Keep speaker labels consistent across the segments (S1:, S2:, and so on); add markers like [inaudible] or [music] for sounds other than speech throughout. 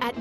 S1: At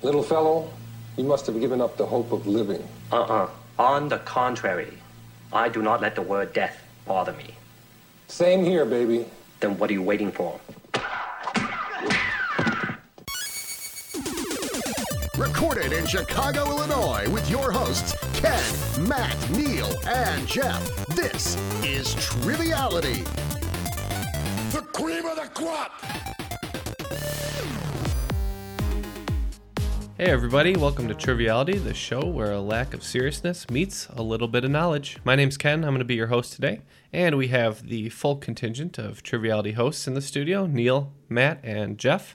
S2: Little fellow, you must have given up the hope of living.
S3: Uh-uh. On the contrary, I do not let the word death bother me.
S2: Same here, baby.
S3: Then what are you waiting for?
S4: Recorded in Chicago, Illinois, with your hosts, Ken, Matt, Neil, and Jeff. This is Triviality. The cream of the crop!
S5: Hey everybody, welcome to Triviality, the show where a lack of seriousness meets a little bit of knowledge. My name's Ken, I'm going to be your host today, and we have the full contingent of Triviality hosts in the studio, Neil, Matt, and Jeff.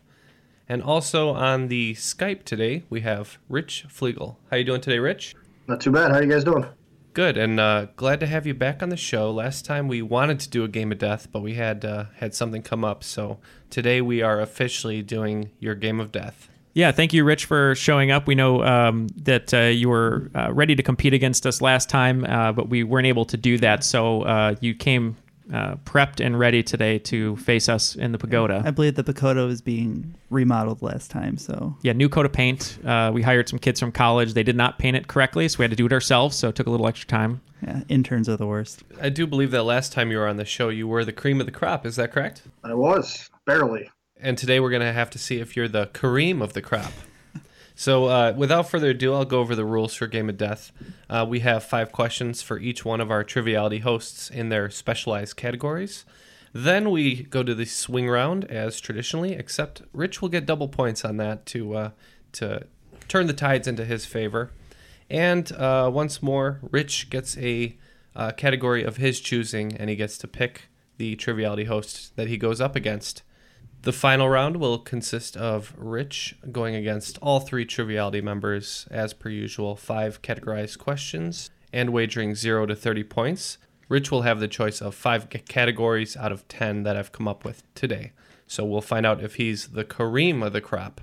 S5: And also on the Skype today, we have Rich Flegel. How you doing today, Rich?
S6: Not too bad. How you guys doing?
S5: Good, and uh, glad to have you back on the show. Last time we wanted to do a game of death, but we had uh, had something come up, so today we are officially doing your game of death.
S7: Yeah, thank you, Rich, for showing up. We know um, that uh, you were uh, ready to compete against us last time, uh, but we weren't able to do that. So uh, you came uh, prepped and ready today to face us in the pagoda.
S8: I believe the Pacoda was being remodeled last time, so
S7: Yeah, new coat of paint. Uh, we hired some kids from college. They did not paint it correctly, so we had to do it ourselves. So it took a little extra time.
S8: yeah, interns are the worst.
S5: I do believe that last time you were on the show, you were the cream of the crop. Is that correct?
S6: I was barely.
S5: And today we're going to have to see if you're the Kareem of the crop. So, uh, without further ado, I'll go over the rules for Game of Death. Uh, we have five questions for each one of our triviality hosts in their specialized categories. Then we go to the swing round as traditionally, except Rich will get double points on that to uh, to turn the tides into his favor. And uh, once more, Rich gets a uh, category of his choosing, and he gets to pick the triviality host that he goes up against. The final round will consist of Rich going against all three Triviality members, as per usual, five categorized questions and wagering 0 to 30 points. Rich will have the choice of five c- categories out of 10 that I've come up with today. So we'll find out if he's the Kareem of the crop.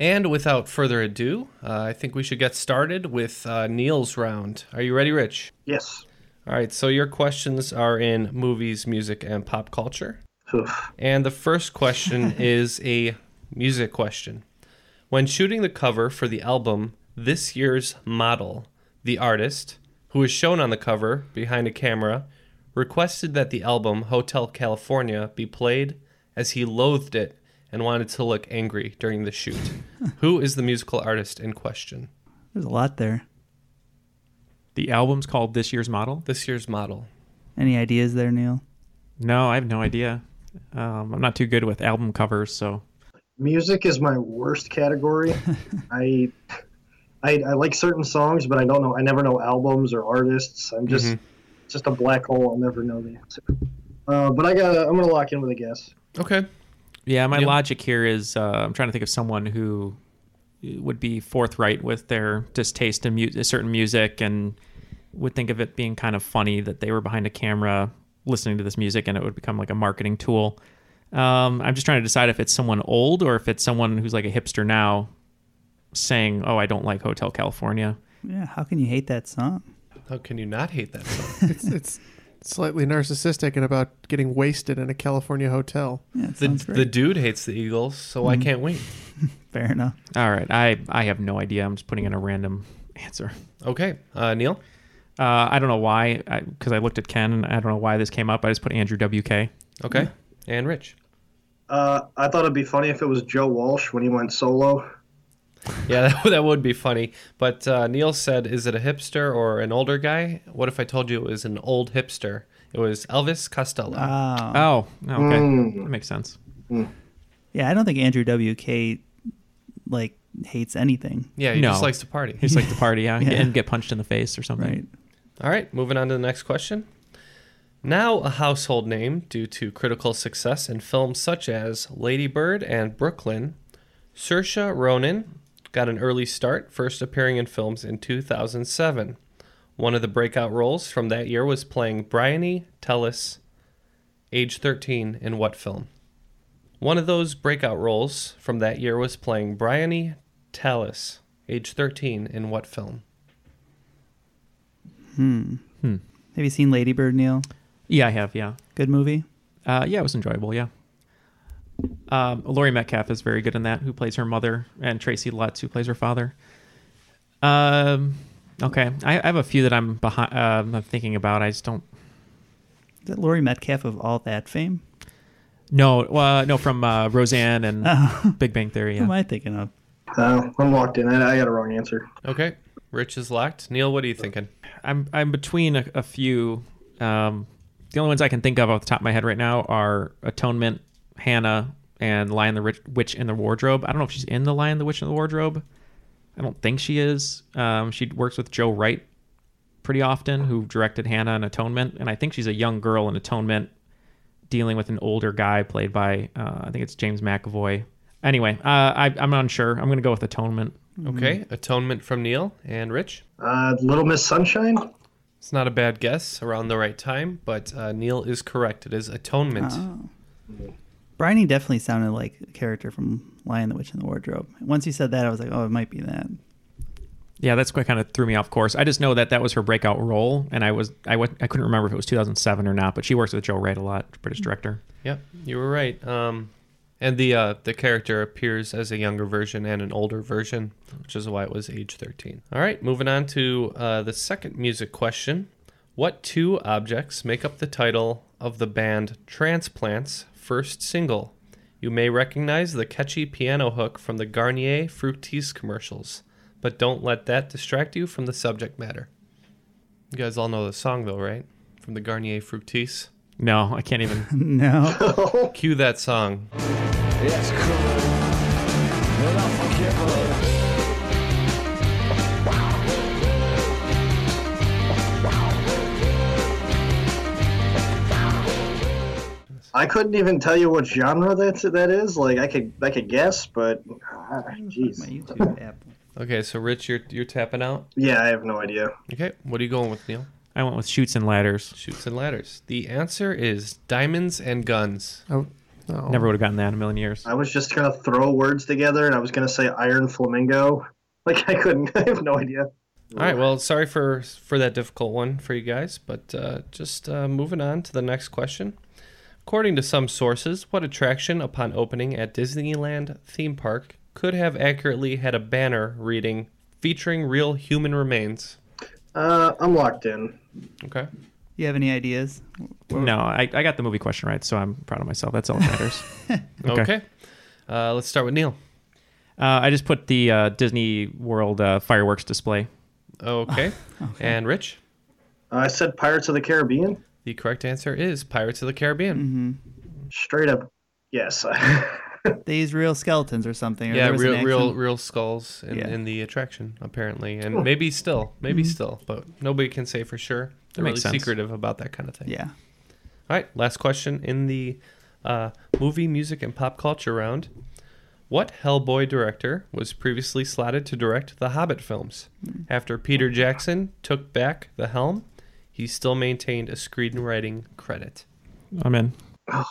S5: And without further ado, uh, I think we should get started with uh, Neil's round. Are you ready, Rich?
S6: Yes.
S5: All right, so your questions are in movies, music, and pop culture.
S6: Oof.
S5: And the first question is a music question. When shooting the cover for the album This Year's Model, the artist, who is shown on the cover behind a camera, requested that the album Hotel California be played as he loathed it and wanted to look angry during the shoot. who is the musical artist in question?
S8: There's a lot there.
S7: The album's called This Year's Model.
S5: This Year's Model.
S8: Any ideas there, Neil?
S7: No, I have no idea. Um, I'm not too good with album covers, so
S6: Music is my
S8: [laughs]
S6: worst category. I, I I like certain songs, but I don't know. I never know albums or artists. I'm
S8: Mm-hmm.
S6: just it's just a black hole. I'll never know the answer. Uh, but I got. to I'm gonna lock in with a guess.
S5: Okay.
S7: Yeah, my
S5: Yep.
S7: logic here is uh, I'm trying to think of someone who would be forthright with their distaste in mu- certain music and would think of it being kind of funny that they were behind a camera listening to this music and it would become like a marketing tool. Um, I'm just trying to decide if it's someone old or if it's someone who's like a hipster now saying, "Oh, I don't like Hotel California."
S8: Yeah, how can you hate that song?
S5: How can you not hate that song?
S9: it's slightly narcissistic and about getting wasted in a California hotel.
S8: Yeah, it
S5: The,
S8: sounds
S5: the
S8: great.
S5: dude hates the Eagles, so I can't wait.
S8: Fair enough.
S7: All right, I I have no idea. I'm just putting in a random answer.
S5: Okay. Uh, Neil?
S7: Uh, I don't know why, because I, looked at Ken and I don't know why this came up. I just put Andrew WK.
S5: Okay. And Rich?
S2: Uh, I thought it'd be funny if it was Joe Walsh when he went solo.
S5: Yeah, [laughs] that, that would be funny. But uh, Neil said, "Is it a hipster or an older guy? What if I told you it was an old hipster? It was Elvis Costello."
S7: Oh, okay.
S3: Mm.
S7: That makes sense.
S3: Yeah, I don't think Andrew WK like hates anything.
S7: No.
S5: party.
S7: He just likes to party, yeah,
S3: [laughs] Yeah.
S7: and get punched in the face or something.
S3: Right.
S5: All right, moving on to the next question. Now a household name due to critical success in films such as Lady Bird and Brooklyn, Saoirse Ronan got an early start, first appearing in films in 2007. One of the breakout roles from that year was playing Bryony Tellis, age 13, in what film? One of those breakout roles from that year was playing Bryony Tellis, age 13, in what film?
S3: Hmm.
S7: Hmm.
S3: Have you seen Ladybird, Neil?
S7: Yeah, I have. Yeah.
S3: Good movie.
S7: Uh, yeah, it was enjoyable. Yeah. Um, Laurie Metcalf is very good in that, who plays her mother, and Tracy Letts, who plays her father. Um, okay, I, I have a few that I'm behind. Uh, I'm thinking about. I just don't.
S3: Is that Laurie Metcalf of all that fame?
S7: No, uh, no, from uh, Roseanne and
S3: [laughs] Oh.
S7: Big Bang Theory.
S3: Who am
S7: Yeah.
S3: I thinking of?
S2: Uh, I'm locked in. I, I got a wrong answer.
S5: Okay. Rich is locked. Neil, what are you thinking?
S7: I'm I'm between a, a few. Um, the only ones I can think of off the top of my head right now are Atonement, Hannah, and Lion the Rich, Witch in the Wardrobe. I don't know if she's in the Lion the Witch in the Wardrobe. I don't think she is. Um, she works with Joe Wright pretty often, who directed Hannah and Atonement, and I think she's a young girl in Atonement, dealing with an older guy played by uh, I think it's James McAvoy. Anyway, uh, I, I'm unsure. I'm gonna go with Atonement.
S5: Okay. Atonement from Neil and Rich.
S2: Uh, Little Miss Sunshine.
S5: It's not a bad guess around the right time, but uh, Neil is correct. It is Atonement.
S3: Oh. Bryony definitely sounded like a character from Lion, the Witch, and the Wardrobe. Once you said that, I was like, oh, it might be that.
S7: Yeah, that's what kind of threw me off course. I just know that that was her breakout role, and I was I was I couldn't remember if it was 2007 or not. But she works with Joe Wright a lot, British director.
S5: Yep, you were right. Um, and the uh, the character appears as a younger version and an older version, which is why it was age 13. All right, moving on to uh, the second music question. What two objects make up the title of the band Transplants' first single? You may recognize the catchy piano hook from the Garnier Fructis commercials, but don't let that distract you from the subject matter. You guys all know the song, though, right? From the Garnier Fructis.
S7: No, I can't even.
S3: No.
S5: Cue that song.
S10: It's cool. But I'll forgive her.
S2: I couldn't even tell you what genre that that is. Like I could I could guess, but ah,
S3: My
S2: jeez.
S3: YouTube app.
S5: Okay, so Rich, you're you're tapping out.
S2: [laughs] yeah, I have no idea.
S5: Okay, what are you going with, Neil?
S7: I went with Shoots and Ladders.
S5: Shoots and ladders. The answer is diamonds and guns.
S11: I, no.
S7: Never would have gotten that in a million years.
S2: I was just
S3: uh,
S2: gonna throw words together, and I was gonna say Iron Flamingo. Like I couldn't. I have no idea.
S5: All right, well, sorry for for that difficult one for you guys, but uh, just uh, moving on to the next question. According to some sources, what attraction upon opening at Disneyland theme park could have accurately had a banner reading "featuring real human remains"?
S2: Uh, I'm locked in.
S5: Okay.
S3: You have any ideas?
S7: No, I, I got the movie question right, so I'm proud of myself. That's all that matters.
S2: [laughs]
S5: Okay. Uh, let's start with Neil.
S7: Uh, I just put the uh, Disney World uh, fireworks display.
S5: [laughs] Okay. okay. And Rich.
S2: I said Pirates of the Caribbean.
S5: The correct answer is Pirates of the Caribbean.
S2: Straight up, yes.
S3: These real skeletons or something. Or
S5: Yeah,
S3: there was an
S5: real, real,
S3: accident.
S5: real skulls in,
S3: Yeah. Mm-hmm.
S5: in the attraction apparently, and maybe still, maybe still, but nobody can say for sure. They're really
S7: makes sense.
S5: secretive about that kind of thing.
S3: Yeah.
S5: All right, last question in the uh, movie, music, and pop culture round. What Hellboy director was previously slotted to direct the Hobbit films?
S3: Hmm.
S5: After Peter Jackson took back the helm, he still maintained a screenwriting credit.
S7: I'm in.
S2: Oh.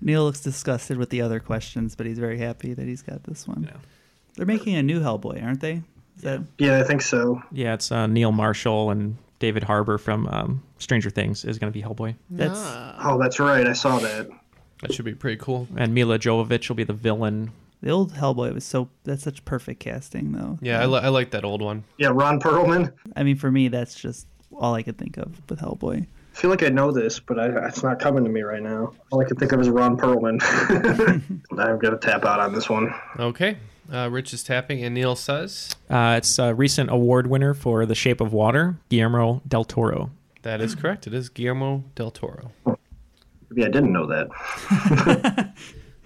S3: Neil looks disgusted with the other questions, but he's very happy that he's got this one.
S7: Yeah.
S3: They're making a new Hellboy, aren't they? Is that
S2: yeah, I think so.
S7: Yeah, it's uh, Neil Marshall and David Harbour from um, Stranger Things is going to be Hellboy,
S3: that's
S2: Oh, that's right. I saw that.
S5: That should be pretty cool.
S7: and Mila Jovovich will be the villain.
S3: the old Hellboy was so that's such perfect casting though.
S5: Yeah, I, li- I like that old one.
S2: Yeah, Ron Perlman.
S3: I mean, for me, that's just all I could think of with Hellboy. I feel like I know this, but I, it's not coming to me right now. All I can think of is Ron Perlman. I've got to tap out on this one.
S5: Okay. Uh, Rich is tapping, and Neil says
S12: Uh, it's a recent award winner for The Shape of Water, Guillermo del Toro.
S5: that is correct. It is Guillermo del Toro.
S3: Maybe I didn't know that.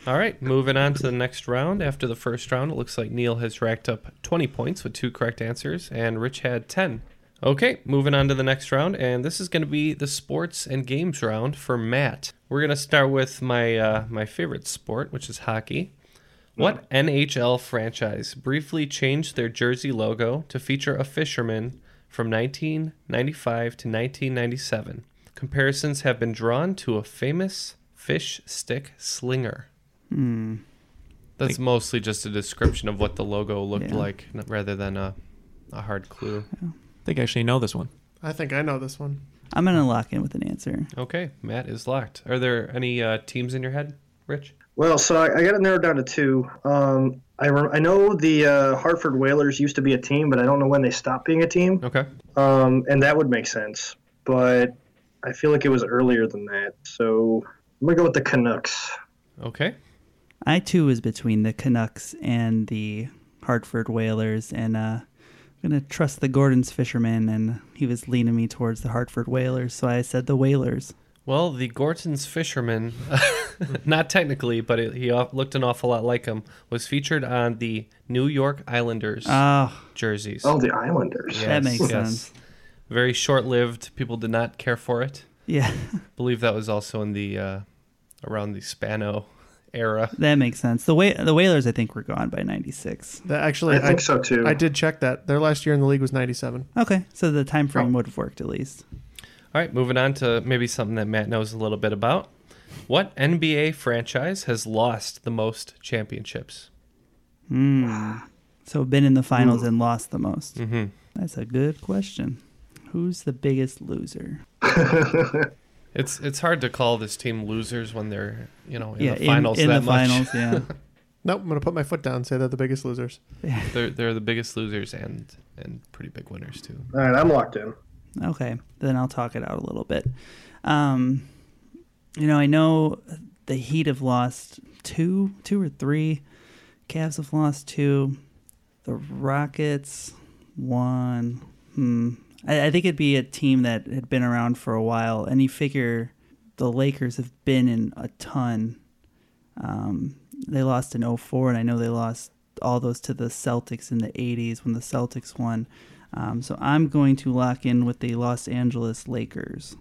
S5: All right, moving on to the next round. After the first round, it looks like Neil has racked up 20 points with two correct answers, and Rich had 10. Okay, moving on to the next round, and this is going to be the sports and games round for Matt. We're going to start with my uh, my favorite sport, which is hockey. What NHL franchise briefly changed their jersey logo to feature a fisherman from 1995 to 1997? Comparisons have been drawn to a famous fish stick slinger.
S7: Hmm.
S5: That's mostly just a description of what the logo looked
S7: Yeah.
S5: like n- rather than a, a hard clue.
S12: I think I actually know this one.
S6: I think I know this one.
S7: I'm gonna lock in with an answer.
S5: Okay, Matt is locked. Are there any uh, teams in your head, Rich?
S3: Well, so I, I got it narrowed down to two. Um, I, re- I know the uh, Hartford Whalers used to be a team, but I don't know when they stopped being a team.
S5: Okay.
S3: Um, and that would make sense, but I feel like it was earlier than that. So I'm gonna go with the Canucks.
S5: Okay.
S7: I too was between the Canucks and the Hartford Whalers, and uh, I'm gonna trust the Gordon's fisherman, and he was leaning me towards the Hartford Whalers, so I said the Whalers.
S5: Well, the Gorton's fisherman, [laughs] not technically, but it, he off- looked an awful lot like him, was featured on the New York Islanders
S7: Ah,
S5: jerseys.
S3: Oh, the Islanders.
S7: That makes sense.
S5: Very short lived. People did not care for it.
S7: yeah, [laughs]
S5: believe that was also in the uh, around the Spano era.
S7: that makes sense. The Wha- the Whalers, I think, were gone by '96.
S6: That actually,
S3: I think so, too.
S6: I did check that. Their last year in the league was '97.
S7: Okay, so the time frame
S12: Oh.
S7: would have worked at least.
S5: All right, moving on to maybe something that Matt knows a little bit about. What NBA franchise has lost the most championships?
S7: So been in the finals and lost the most. Mm-hmm. That's a good question. Who's the biggest loser?
S5: It's it's hard to call this team losers when they're you know in
S7: yeah,
S5: the finals
S7: in, in
S5: that
S7: the
S5: much.
S7: finals. Yeah,
S6: Nope, I'm gonna put my foot down. and Say they're the biggest losers.
S5: They're they're the biggest losers and and pretty big winners too.
S3: All right, I'm locked in.
S7: Okay, then I'll talk it out a little bit. Um, you know, I know the Heat have lost two, two or three. Cavs have lost two. The Rockets one. Hmm. I, I think it'd be a team that had been around for a while, and you figure the Lakers have been in a ton. Um, they lost in 04, and I know they lost all those to the Celtics in the 80s when the Celtics won. Um, so I'm going to lock in with the Los Angeles Lakers.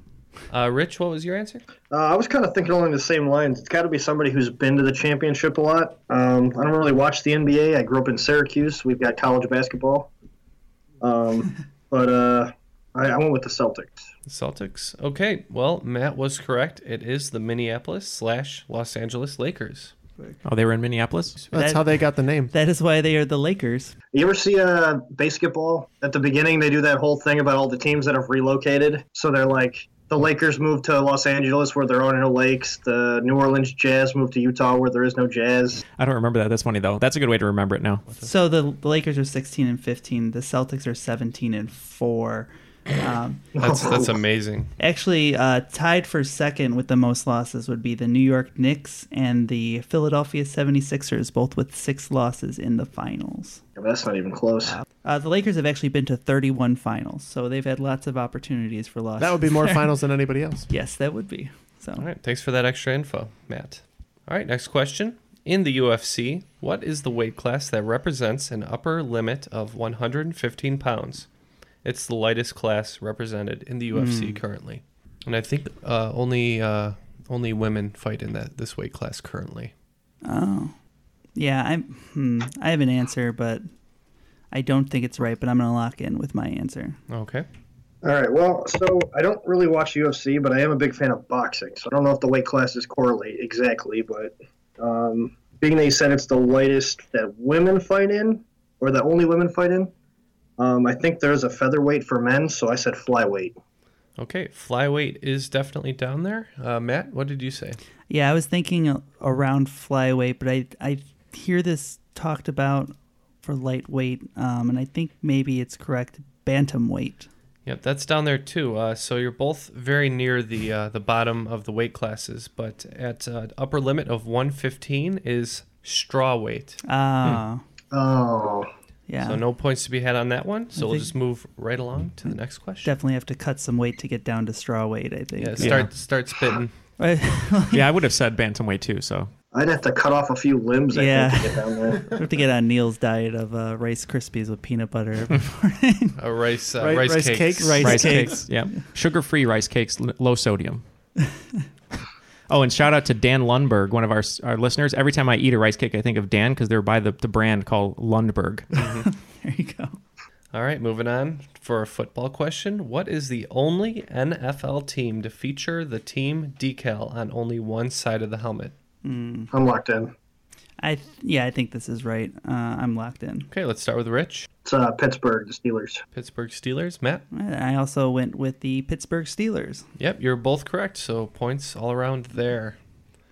S5: Uh, Rich, what was your answer?
S3: Uh, I was kind of thinking along the same lines. It's got to be somebody who's been to the championship a lot. Um, I don't really watch the NBA. I grew up in Syracuse. We've got college basketball.
S7: [laughs]
S3: Um, but uh, I, I went with the Celtics.
S5: The Celtics. Okay, well Matt was correct. It is the Minneapolis slash Los Angeles Lakers.
S12: Oh, they were in Minneapolis?
S6: That's
S7: That-
S6: how they [laughs] got the name.
S7: That is why they are the Lakers.
S3: You ever see uh, basketball? At the beginning, they do that whole thing about all the teams that have relocated. So they're like, the Lakers moved to Los Angeles where there are no lakes. The New Orleans Jazz moved to Utah where there is no jazz.
S12: I don't remember that. That's funny, though. That's a good way to remember it now.
S7: So the, the Lakers are 16 and 15. The Celtics are 17 and 4. Um,
S5: That's that's amazing.
S7: actually, uh, tied for second with the most losses would be the New York Knicks and the Philadelphia 76ers, both with six losses in the finals.
S3: Yeah, but that's not even close.
S7: Uh, the Lakers have actually been to 31 finals, so they've had lots of opportunities for losses.
S6: That would be
S7: [laughs]
S6: more finals than anybody else.
S7: Yes, that would be. So
S5: All right, thanks for that extra info, Matt. All right, next question. In the UFC, what is the weight class that represents an upper limit of 115 pounds? It's the lightest class represented in the UFC currently, and I think uh, only uh, only women fight in that this weight class currently.
S7: Yeah, I hmm, I have an answer, but I don't think it's right. But I'm gonna lock in with my answer.
S5: Okay.
S3: All right. Well, so I don't really watch UFC, but I am a big fan of boxing. So I don't know if the weight classes correlate exactly, but um, being that you said it's the lightest that women fight in, or that only women fight in, um, I think there's a featherweight for men, so I said flyweight.
S5: Okay, flyweight is definitely down there. Uh, Matt, what did you say?
S7: Yeah, I was thinking a- around flyweight, but I I hear this talked about for lightweight, um, and I think maybe it's correct bantamweight.
S6: Yep, that's down there too. Uh, so you're both very near the uh, the bottom of the weight classes, but at uh, upper limit of 115 is straw weight.
S5: Ah.
S3: Oh.
S5: Yeah.
S6: So no points to be had on that one. So
S5: I
S6: we'll
S5: think-
S6: just move right along to the next question.
S5: Definitely have to cut some weight to get down to straw weight. I think.
S6: Yeah, start start spitting.
S7: yeah, I would have said bantamweight too. So
S3: I'd have to cut off a few limbs. I
S5: yeah.
S3: think, to get down there.
S5: We [laughs] have to get on Neil's diet of uh, Rice Krispies with peanut butter
S6: [laughs]
S5: every morning.
S6: Uh, rice, uh,
S9: Ri-
S6: rice,
S9: rice
S6: cakes.
S9: cakes?
S5: Rice cakes.
S7: Yeah, sugar-free rice cakes, l-
S9: [laughs]
S7: low sodium. oh, and shout out to Dan Lundberg, one of our s- our listeners. Every time I eat a rice cake, I think of Dan because they're by the, the brand called Lundberg.
S5: There you go.
S6: All right, moving on for a football question. What is the only NFL team to feature the team decal on only one side of the helmet?
S3: I'm locked in.
S5: I th- yeah, I think this is right. Uh, I'm locked in.
S6: Okay, let's start with Rich.
S3: It's uh, Pittsburgh, the Steelers.
S6: Pittsburgh Steelers. Matt.
S5: I also went with the Pittsburgh Steelers.
S6: Yep, you're both correct. So points all around there.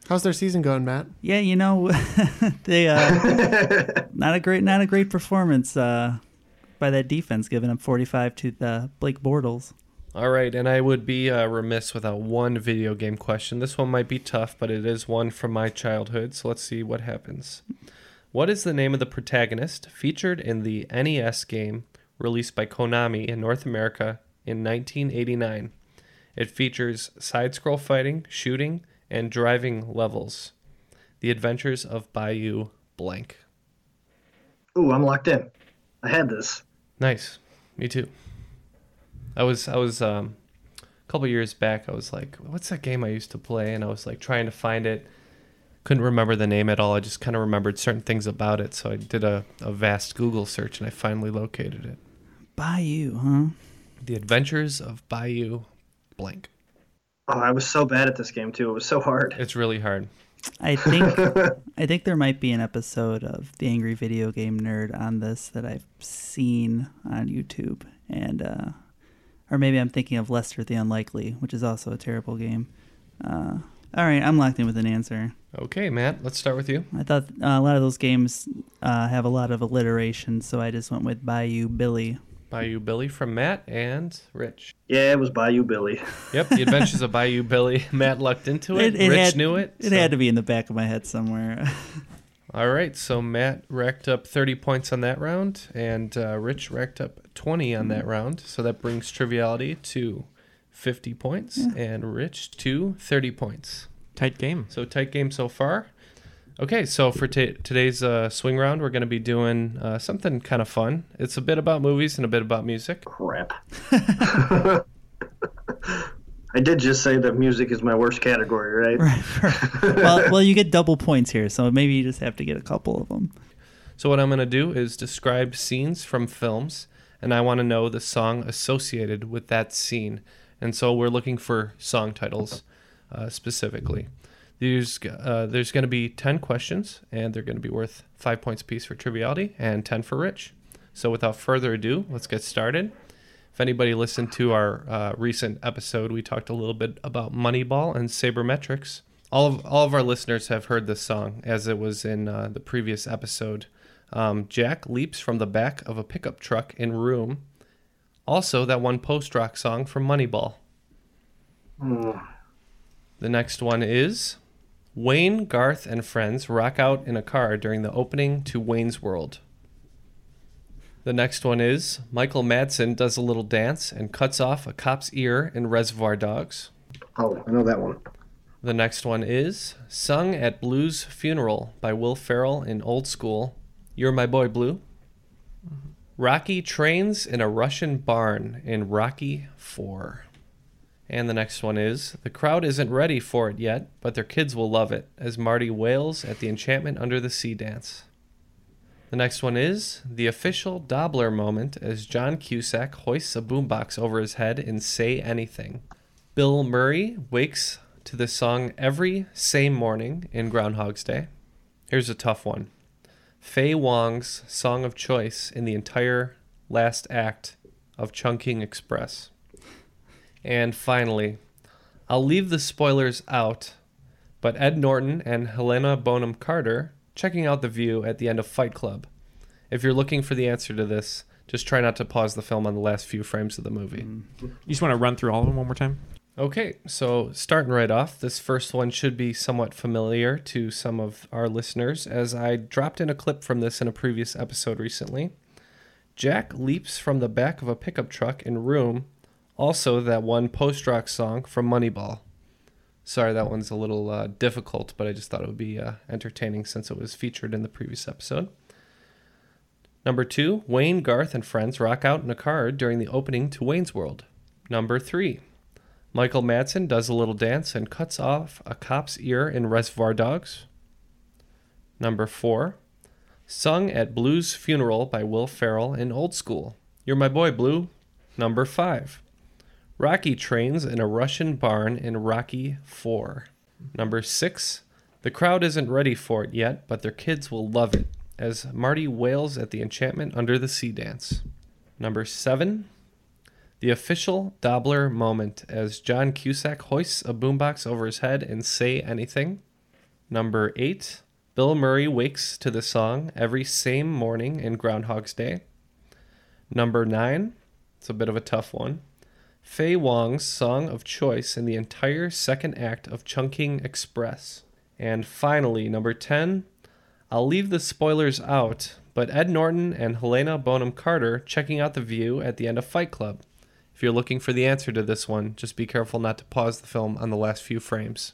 S9: How's their season going, Matt?
S5: Yeah, you know, [laughs] they uh,
S3: [laughs]
S5: not a great not a great performance uh, by that defense, giving up 45 to the Blake Bortles.
S6: All right, and I would be uh, remiss without one video game question. This one might be tough, but it is one from my childhood, so let's see what happens. What is the name of the protagonist featured in the NES game released by Konami in North America in 1989? It features side scroll fighting, shooting, and driving levels. The Adventures of Bayou Blank.
S3: Ooh, I'm locked in. I had this.
S6: Nice. Me too. I was I was um a couple years back I was like, what's that game I used to play? And I was like trying to find it. Couldn't remember the name at all. I just kind of remembered certain things about it. So I did a, a vast Google search and I finally located it.
S5: Bayou, huh?
S6: The Adventures of Bayou Blank.
S3: Oh, I was so bad at this game too. It was so hard.
S6: It's really hard.
S5: I think I think there might be an episode of the Angry Video Game Nerd on this that I've seen on YouTube, and uh, or maybe I'm thinking of Lester the Unlikely, which is also a terrible game. Uh, all right, I'm locked in with an answer.
S6: Okay, Matt, let's start with you.
S5: I thought uh, a lot of those games uh, have a lot of alliteration, so I just went with Bayou Billy.
S6: Bayou Billy from Matt and Rich.
S3: Yeah, it was Bayou Billy.
S6: Yep, The Adventures of Bayou Billy. [laughs] Matt lucked into it. Rich
S5: had,
S6: knew it.
S5: It
S6: so-
S5: had to be in the back of my head somewhere. [laughs]
S6: All right, so Matt racked up 30 points on that round, and uh, Rich racked up 20 on
S7: Mm-hmm.
S6: that round. So that brings Triviality to 50 points and Rich to 30 points.
S7: Tight game.
S6: So tight game so far. Okay, so for ta today's uh, swing round, we're going to be doing uh, something kind of fun. It's a bit about movies and a bit about music.
S3: Crap. I did just say that music is my worst category, right?
S5: [laughs] well, well, you get double points here, so maybe you just have to get a couple of them.
S6: So what I'm going to do is describe scenes from films, and I want to know the song associated with that scene. And so we're looking for song titles uh, specifically. There's uh, there's going to be ten questions, and they're going to be worth five points apiece for triviality and ten for Rich. So without further ado, let's get started. If anybody listened to our uh, recent episode, we talked a little bit about Moneyball and Sabermetrics. All of all of our listeners have heard this song, as it was in uh, the previous episode. Um, Jack leaps from the back of a pickup truck in Room. Also, that one post rock song from Moneyball. The next one is Wayne, Garth, and friends rock out in a car during the opening to Wayne's World. The next one is Michael Madsen does a little dance and cuts off a cop's ear in Reservoir Dogs.
S3: Oh, I know that one.
S6: The next one is sung at Blue's funeral by Will Ferrell in Old School. You're my boy, Blue. Rocky trains in a Russian barn in Rocky 4. And the next one is the crowd isn't ready for it yet, but their kids will love it as Marty wails at the Enchantment Under the Sea dance. The next one is the official Dobbler moment as John Cusack hoists a boombox over his head and say anything. Bill Murray wakes to the song every same morning in Groundhog's Day. Here's a tough one. Fei Wong's song of choice in the entire last act of Chungking Express. And finally, I'll leave the spoilers out, but Ed Norton and Helena Bonham Carter checking out the view at the end of Fight Club. If you're looking for the answer to this, Just try not to pause the film on the last few frames of the movie.
S7: You just want to run through all of them one more time?
S6: Okay, so starting right off, this first one should be somewhat familiar to some of our listeners, as I dropped in a clip from this in a previous episode recently. Jack leaps from the back of a pickup truck in Room, also that one post rock song from Moneyball. Sorry, that one's a little uh, difficult, but I just thought it would be uh, entertaining since it was featured in the previous episode. Number two, Wayne, Garth, and friends rock out in a car during the opening to Wayne's World. Number three, Michael Madsen does a little dance and cuts off a cop's ear in Reservoir Dogs. Number four, sung at Blue's funeral by Will Ferrell in Old School. You're my boy, Blue. Number five, Rocky trains in a Russian barn in Rocky 4. Number 6. The crowd isn't ready for it yet, but their kids will love it as Marty wails at the enchantment under the sea dance. Number 7. The official Dobbler moment as John Cusack hoists a boombox over his head and say anything. Number 8. Bill Murray wakes to the song every same morning in Groundhog's Day. Number 9. It's a bit of a tough one. Fei Wong's song of choice in the entire second act of Chungking Express. And finally, number 10, I'll leave the spoilers out, but Ed Norton and Helena Bonham Carter checking out the view at the end of Fight Club. If you're looking for the answer to this one, just be careful not to pause the film on the last few frames.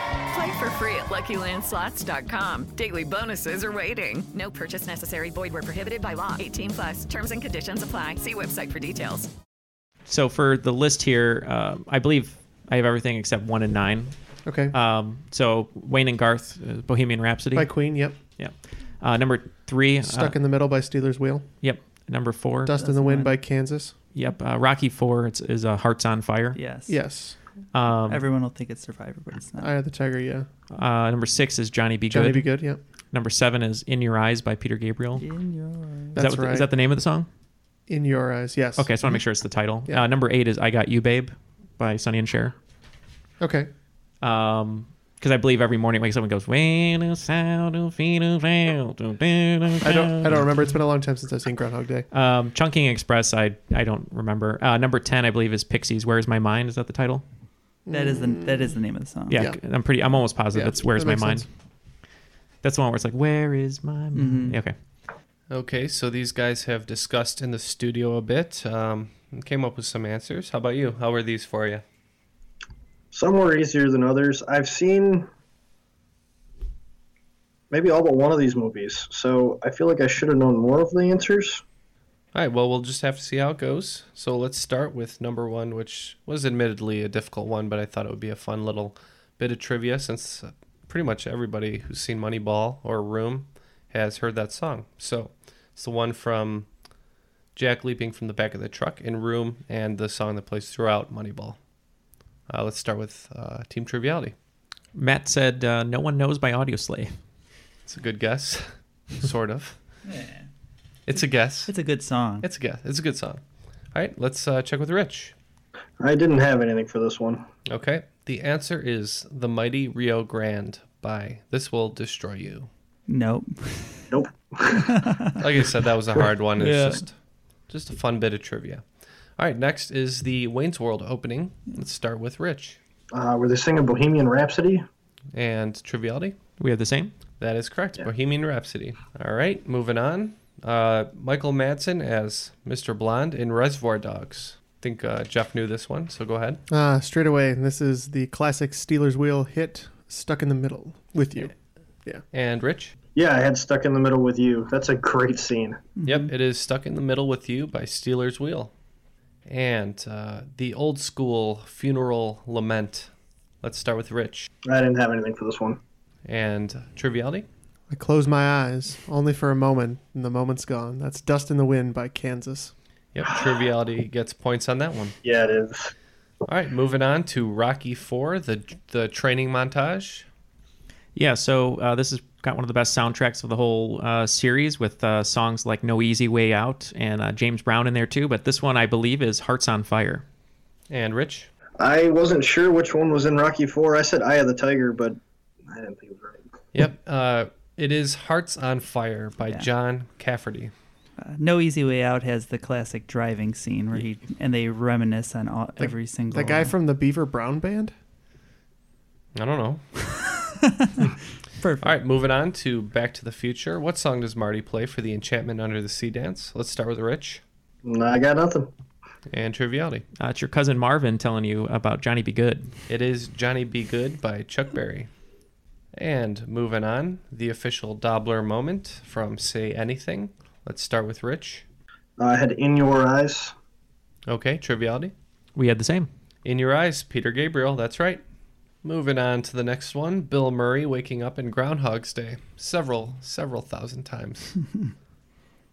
S13: Play for free at LuckyLandSlots.com. Daily bonuses are waiting. No purchase necessary. Void where prohibited by law. 18 plus. Terms and conditions apply. See website for details.
S7: So for the list here, uh, I believe I have everything except one and nine.
S9: Okay.
S6: Uh,
S7: Um, so Wayne and Garth, uh, Bohemian Rhapsody
S9: By Queen, yep.
S7: Yeah. Uh, number three,
S9: Stuck
S7: uh,
S9: in the Middle by Steelers Wheel.
S7: Yep. Number four,
S9: Dust in the Wind by Kansas.
S7: Yep. Uh, Rocky Four it's, is uh, Hearts on Fire.
S5: Yes.
S9: Yes.
S7: Um,
S5: Everyone will think it's Survivor, but it's not.
S9: Eye of the Tiger, yeah.
S7: Uh, number six is Johnny B. Good.
S9: Johnny Be Good, yep.
S7: Number seven is In Your Eyes by Peter Gabriel.
S5: In your eyes.
S7: is that,
S9: That's
S7: what the-
S9: right.
S7: is that the name of the song?
S9: In Your Eyes, yes. Mm-hmm.
S7: Okay, I just want to make sure it's the title.
S9: Yeah.
S7: Uh, number eight is I Got You, Babe by Sonny and Cher.
S9: Okay.
S7: Because I believe every morning it wakes up and goes, When the sound of feet is out, do, do, do,
S9: I don't I don't remember. It's been a long time since I've seen Groundhog Day.
S6: Uh,
S7: Um, Chunking Express, I I don't remember. Uh, number 10, I believe, is Pixies. Where's My Mind? Is that the title?
S5: That is the that is the name of the song.
S7: Yeah, I'm pretty, I'm almost positive
S9: Yeah,
S7: that's Where's
S9: that
S7: My
S9: makes
S7: Mind.
S9: sense.
S7: That's the one where it's like, Where is my mind?
S5: Mhm.
S7: Yeah, Okay.
S6: Okay, so these guys have discussed in the studio a bit um, and came up with some answers. How about you? How were these for you?
S3: Some were easier than others. I've seen maybe all but one of these movies, so I feel like I should have known more of the answers.
S6: All right, well, we'll just have to see how it goes. So let's start with number one, which was admittedly a difficult one, but I thought it would be a fun little bit of trivia since uh, pretty much everybody who's seen Moneyball or Room has heard that song. So it's the one from Jack leaping from the back of the truck in Room and the song that plays throughout Moneyball. Uh, let's start with uh, Team Triviality.
S7: Matt said, uh, No One Knows by Audio Slave.
S6: It's a good guess, [laughs] sort of. It's a guess.
S5: It's a good song.
S6: It's a guess. It's a good song. All right, let's uh, check with Rich.
S3: I didn't have anything for this one.
S6: Okay. The answer is The Mighty Rio Grande by This Will Destroy You.
S5: Nope.
S3: Nope.
S6: Like I said, that was a hard one. It's
S5: Yeah.
S6: just just a fun bit of trivia. All right, next is the Wayne's World opening. Let's start with Rich.
S3: Uh, were they singing Bohemian Rhapsody?
S6: And Triviality?
S7: We have the same?
S6: That is correct. Bohemian Rhapsody. All right, moving on. Uh, Michael Madsen as Mr. Blonde in Reservoir Dogs. I think uh, Jeff knew this one, so go ahead.
S9: Uh, straight away, this is the classic Steelers Wheel hit, Stuck in the Middle with You. Yeah.
S6: And Rich?
S3: Yeah, I had Stuck in the Middle with You. That's a great scene.
S6: Yep, it is Stuck in the Middle with You by Steeler's Wheel. And uh, the old school funeral lament. Let's start with Rich.
S3: I didn't have anything for this one.
S6: And Triviality?
S9: I close my eyes only for a moment, and the moment's gone. That's Dust in the Wind by Kansas.
S6: Yep, Triviality gets points on that one.
S3: Yeah, it is.
S6: All right, moving on to Rocky Four, the the training montage.
S7: Yeah, so uh, this has got one of the best soundtracks of the whole uh, series with uh, songs like No Easy Way Out and uh, James Brown in there too. But this one, I believe, is Hearts on Fire.
S6: And Rich?
S3: I wasn't sure which one was in Rocky Four. I said Eye of the Tiger, but I didn't think it was right.
S6: Yep, uh, it is Hearts on Fire by John Cafferty.
S5: Uh, no Easy Way Out has the classic driving scene where he and they reminisce on all, every single.
S9: That guy from the Beaver Brown Band?
S6: I don't [laughs] know.
S5: Perfect.
S6: All right, moving on to Back to the Future. What song does Marty play for the Enchantment Under the Sea dance? Let's start with Rich
S3: No, I got nothing.
S6: and Triviality.
S7: Uh, it's your cousin Marvin telling you about Johnny Be Good.
S6: It is Johnny Be Good by Chuck Berry. And moving on, the official Dobbler moment from Say Anything. Let's start with Rich.
S3: I had In Your Eyes.
S6: Okay, Triviality.
S7: We had the same.
S6: In Your Eyes, Peter Gabriel. That's right. Moving on to the next one, Bill Murray waking up in Groundhog's Day several, several thousand [laughs] times.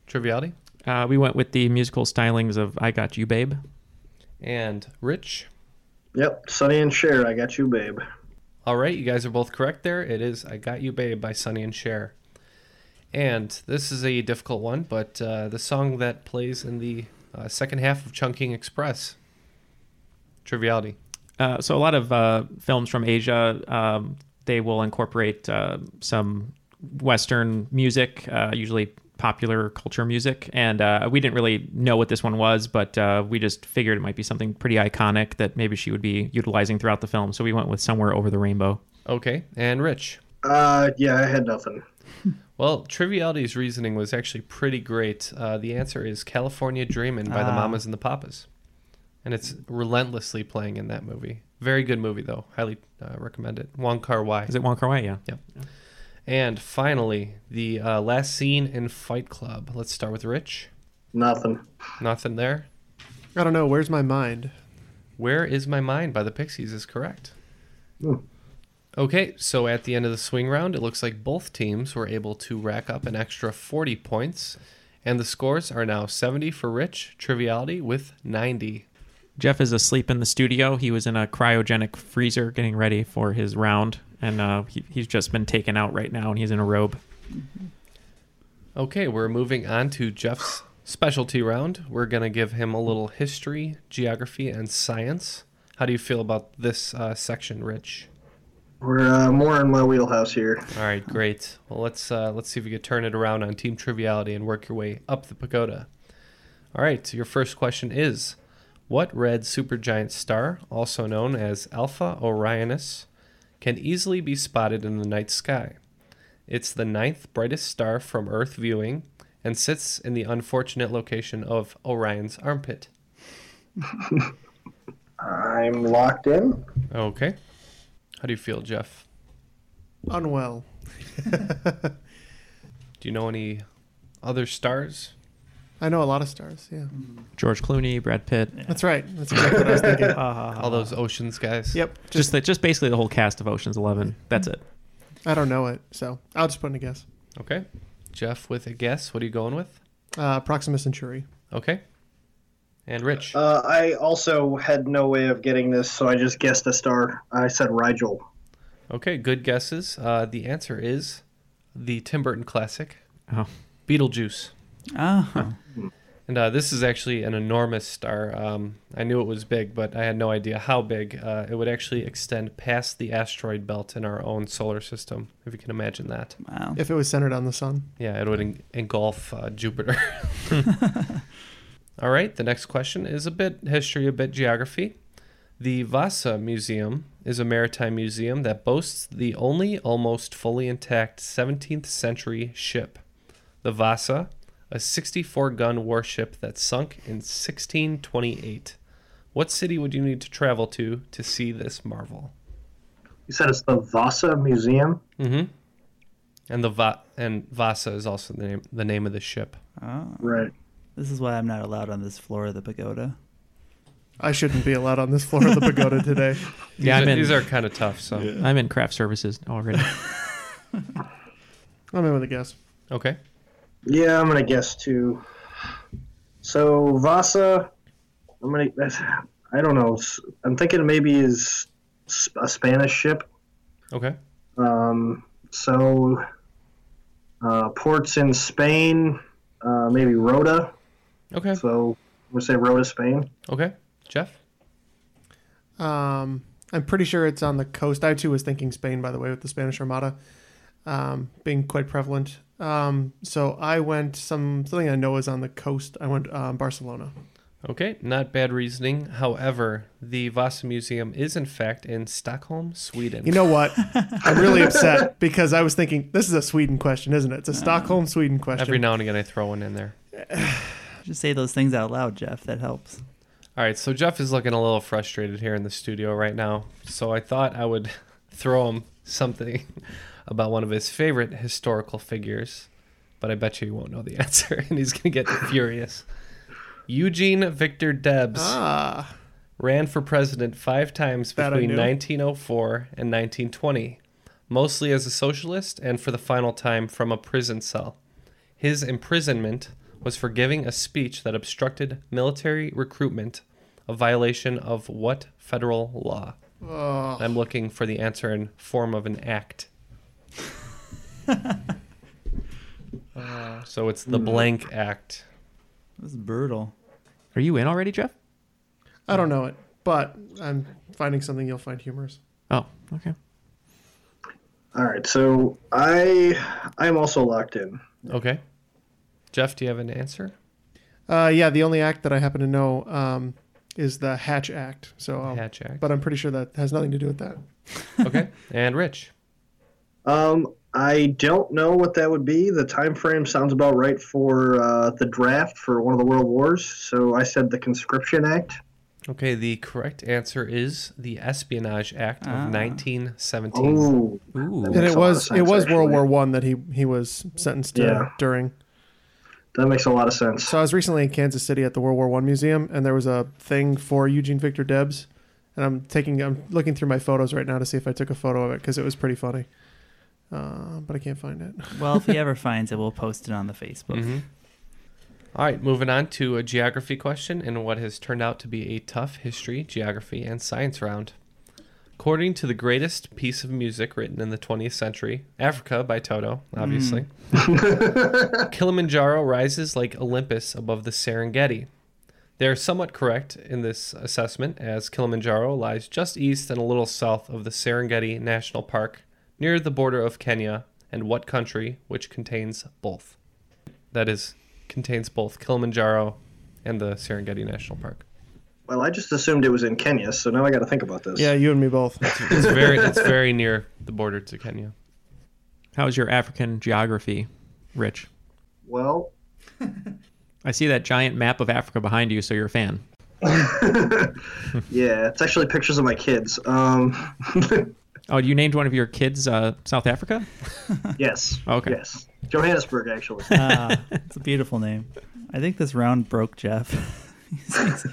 S6: Triviality.
S7: Uh, we went with the musical stylings of I Got You, Babe.
S6: And Rich.
S3: Yep, Sonny and Cher, I got you, babe.
S6: All right, you guys are both correct there. It is I Got You Babe by Sonny and Cher. And this is a difficult one, but uh, the song that plays in the uh, second half of Chunking Express. Triviality.
S7: Uh, so a lot of uh, films from Asia, um, they will incorporate uh, some Western music, uh, usually popular culture music. And uh, we didn't really know what this one was, but uh, we just figured it might be something pretty iconic that maybe she would be utilizing throughout the film. So we went with Somewhere Over the Rainbow.
S6: Okay, and Rich.
S3: Uh, yeah, I had nothing.
S6: Well, Triviality's reasoning was actually pretty great. Uh, the answer is California Dreamin' by the
S5: Ah.
S6: Mamas and the Papas. And it's relentlessly playing in that movie. Very good movie, though. Highly uh, recommend it. Wong Kar Wai.
S7: Is it Wong Kar Wai? Yeah.
S6: Yep. And finally, the uh, last scene in Fight Club. Let's start with Rich.
S3: Nothing.
S6: Nothing there.
S9: I don't know. Where's my mind?
S6: Where is My Mind by the Pixies is correct.
S3: Hmm.
S6: Okay, so at the end of the swing round, it looks like both teams were able to rack up an extra 40 points, and the scores are now 70 for Rich, Triviality with 90.
S7: Jeff is asleep in the studio. He was in a cryogenic freezer getting ready for his round, and uh, he, he's just been taken out right now, and he's in a robe.
S6: Okay, we're moving on to Jeff's specialty round. We're going to give him a little history, geography, and science. How do you feel about this uh, section, Rich?
S3: We're uh, more in my wheelhouse here.
S6: All right, great. Well, let's uh, let's see if you can turn it around on team triviality and work your way up the pagoda. All right, so your first question is: What red supergiant star, also known as Alpha Orionis, can easily be spotted in the night sky? It's the ninth brightest star from Earth viewing, and sits in the unfortunate location of Orion's armpit.
S3: I'm locked in.
S6: Okay, how do you feel, Jeff? [laughs]
S9: Unwell.
S6: Do you know any other stars?
S9: I know a lot of stars. Yeah.
S7: George Clooney, Brad Pitt.
S9: That's right. That's exactly what I was thinking.
S6: All those oceans guys.
S9: Uh, Yep.
S7: Just, the, just basically the whole cast of Ocean's Eleven. That's it.
S9: I don't know it, so I'll just put in a guess.
S6: Okay. Jeff with a guess. What are you going with?
S9: Uh, Proxima Centauri.
S6: Okay. And Rich.
S3: Uh, I also had no way of getting this, so I just guessed a star. I said Rigel.
S6: Okay, good guesses. Uh, the answer is the Tim Burton classic,
S7: Oh.
S6: Beetlejuice.
S5: Oh.
S6: And uh, this is actually an enormous star. Um, I knew it was big, but I had no idea how big. Uh, it would actually extend past the asteroid belt in our own solar system, if you can imagine that.
S5: Wow.
S9: If it was centered on the sun.
S6: Yeah, it would en- engulf uh, Jupiter. All right, the next question is a bit history, a bit geography. The Vasa Museum is a maritime museum that boasts the only almost fully intact 17th century ship, the Vasa, a 64 gun warship that sunk in 1628. What city would you need to travel to to see this marvel?
S3: You said it's the Vasa Museum.
S6: Mm hmm. And the Va- and Vasa is also the name the name of the ship.
S5: Oh.
S3: Right.
S5: This is why I'm not allowed on this floor of the pagoda.
S9: I shouldn't be allowed on this floor of the pagoda today.
S5: [laughs]
S6: Yeah, I'm in- these are kinda tough, so- Yeah.
S7: I'm in craft services
S9: [laughs]
S7: already.
S9: I'm in with a guess.
S6: Okay.
S3: Yeah, I'm gonna guess too. So Vasa, I'm gonna. That's, I don't know. S- I'm thinking maybe is s- a Spanish ship.
S6: Okay.
S3: Um, so uh, ports in Spain, uh, maybe Rota.
S6: Okay.
S3: So we'll say Rota, Spain.
S6: Okay, Jeff.
S9: Um, I'm pretty sure it's on the coast. I too was thinking Spain, by the way, with the Spanish Armada um, being quite prevalent. Um, so I went some something I know is on the coast. I went um, Barcelona.
S6: Okay, not bad reasoning. However, the Vasa Museum is in fact in Stockholm, Sweden.
S9: You know what? I'm
S3: [laughs]
S9: really upset because I was thinking this is a Sweden question, isn't it? It's a Stockholm Sweden question.
S6: Every now and again, I throw one in there.
S5: Just say those things out loud, Jeff. That helps.
S6: All right, so Jeff is looking a little frustrated here in the studio right now. So I thought I would [laughs] throw him something [laughs] about one of his favorite historical figures, but I bet you he won't know the [laughs] answer and he's going to get furious. Eugene Victor Debs
S9: Ah.
S6: ran for president five times
S9: That I
S6: between
S9: knew.
S6: 1904 and 1920, mostly as a socialist and for the final time from a prison cell. His imprisonment was for giving a speech that obstructed military recruitment, a violation of what federal law?
S9: Oh.
S6: I'm looking for the answer in form of an
S9: [laughs]
S6: act. Uh, so it's the
S5: Mm.
S6: blank act.
S5: This is brutal.
S7: Are you in already, Jeff?
S9: I don't know it, but I'm finding something you'll find humorous.
S7: Oh, okay.
S3: All right. So I I'm also locked in.
S6: Okay. Jeff, do you have an answer?
S9: Uh, yeah, the only act that I happen to know um, is the Hatch Act. So um,
S6: Hatch Act.
S9: but I'm pretty sure that has nothing to do with that.
S6: Okay. and Rich.
S3: Um, I don't know what that would be. The time frame sounds about right for uh, the draft for one of the world wars. So I said the Conscription Act.
S6: Okay, the correct answer is the Espionage Act
S3: Ah.
S6: of 1917.
S3: Ooh.
S6: Ooh.
S9: And it was it was World War One that he he was sentenced to
S3: Yeah.
S9: during.
S3: That makes a lot of sense.
S9: So I was recently in Kansas City at the World War One museum, and there was a thing for Eugene Victor Debs, and I'm taking I'm looking through my photos right now to see if I took a photo of it because it was pretty funny, uh, but I can't find it. [laughs] Mm-hmm.
S5: Well, if he ever finds it, we'll post it on the Facebook.
S6: Mhm. All right, moving on to a geography question and what has turned out to be a tough history, geography, and science round. According to the greatest piece of music written in the 20th century, Africa by Toto, obviously, Kilimanjaro rises like Olympus above the Serengeti. They are somewhat correct in this assessment, as Kilimanjaro lies just east and a little south of the Serengeti National Park, near the border of Kenya and what country, which contains both. That is, contains both Kilimanjaro and the Serengeti National Park.
S3: Well, I just assumed it was in Kenya, so now I got to think about this.
S9: Yeah, you and me both.
S6: It's very,
S7: [laughs]
S6: it's very near the border to Kenya.
S7: How's your African geography, Rich?
S3: Well,
S7: [laughs] I see that giant map of Africa behind you, so you're a fan.
S3: [laughs] yeah, it's actually pictures of my kids. Um, [laughs]
S7: Oh, you named one of your kids uh, South Africa?
S3: [laughs]
S7: Oh,
S3: yes.
S7: Okay.
S3: Yes. Johannesburg, actually.
S5: [laughs] Ah, it's a beautiful name. I think this round broke
S3: [laughs]
S5: Jeff. [laughs]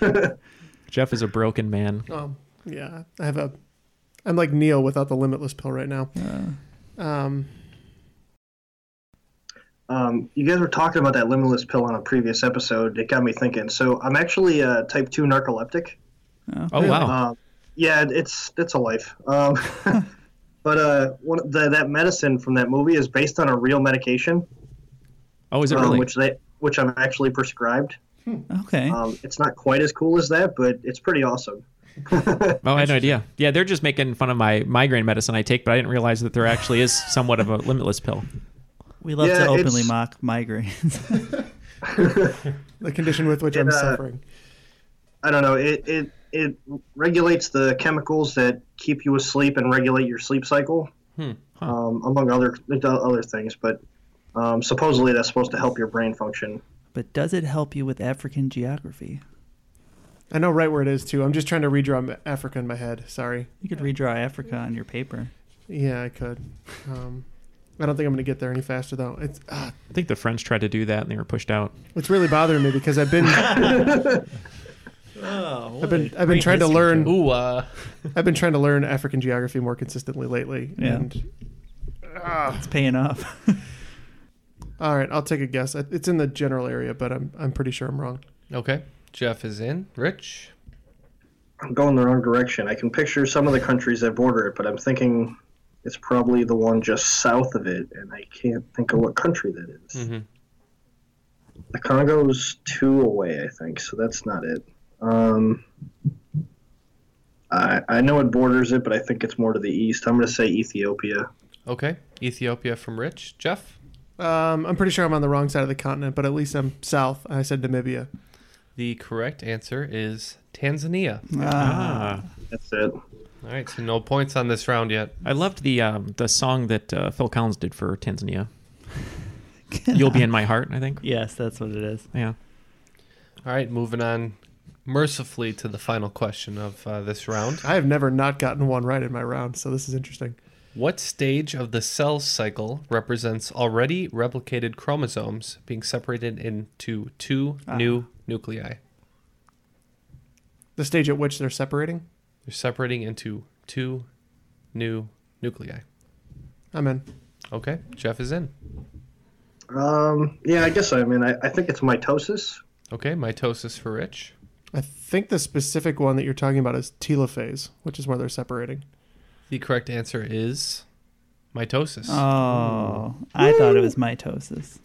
S7: Jeff is a broken man.
S9: Um, yeah, I have a. I'm like Neo without the limitless pill right now. Um,
S3: Um, you guys were talking about that limitless pill on a previous episode. It got me thinking. So I'm actually a type two narcoleptic.
S7: Oh, wow.
S3: Um, yeah, it- it's it's a life.
S7: [laughs]
S3: Um, [laughs] but uh, one of the, that medicine from that movie is based on a real medication,
S7: Oh, is it
S3: um,
S7: really?
S3: which they which I'm actually prescribed.
S5: okay.
S3: Um, it's not quite as cool as that, but it's pretty awesome. [laughs]
S7: Oh, I had no idea. Yeah, they're just making fun of my migraine medicine I take, but I didn't realize that there actually is somewhat of a limitless pill.
S5: We love
S3: Yeah,
S5: to openly
S3: it's-
S5: mock migraines. [laughs]
S9: the condition with which I'm
S3: uh,
S9: suffering.
S3: I don't know. It it it regulates the chemicals that keep you asleep and regulate your sleep cycle,
S7: Hmm.
S3: um, among other other things. But um, supposedly that's supposed to help your brain function.
S5: but does it help you with African geography?
S9: I know right where it is too. I'm just trying to redraw Africa in my head. Sorry.
S5: You could redraw Africa on your paper.
S9: Yeah, I could. Um, I don't think I'm going to get there any faster though. It's uh,
S7: I think the French tried to do that and they were pushed out.
S9: it's really bothering me because I've been
S7: Oh,
S9: I've been I've been trying to learn.
S6: Ooh, uh.
S9: I've been trying to learn African geography more consistently lately.
S5: Yeah.
S9: And, ah.
S5: It's paying off.
S9: all right, I'll take a guess. It's in the general area, but I'm I'm pretty sure I'm wrong.
S6: Okay. Jeff is in. Rich?
S3: I'm going the wrong direction. I can picture some of the countries that border it, but I'm thinking it's probably the one just south of it, and I can't think of what country that is.
S6: Mm-hmm.
S3: The Congo's two away, I think, so that's not it. Um, I, I know it borders it, but I think it's more to the east. I'm going to say Ethiopia.
S6: Okay. Ethiopia from Rich. Jeff?
S9: Um, I'm pretty sure I'm on the wrong side of the continent, but at least I'm south. I said Namibia.
S6: The correct answer is Tanzania.
S5: Ah.
S3: That's it.
S6: All right, so no points on this round yet.
S7: [laughs] I loved the um, the song that uh, Phil Collins did for
S5: [laughs]
S7: Tanzania. You'll be in my heart, I think.
S5: yes, that's what it is.
S7: Yeah.
S6: All right, moving on mercifully to the final question of uh, this round.
S9: I have never not gotten one right in my round, so this is interesting.
S6: What stage of the cell cycle represents already replicated chromosomes being separated into two
S9: Ah.
S6: new nuclei?
S9: The stage at which they're separating,
S6: They're separating into two new nuclei.
S9: I'm in.
S6: Okay, Jeff is in.
S3: Um, yeah, I guess I mean, I, I think it's mitosis.
S6: Okay, mitosis for Rich.
S9: I think the specific one that you're talking about is telophase, which is where they're separating.
S6: The correct answer is mitosis.
S5: Oh, I thought it was mitosis.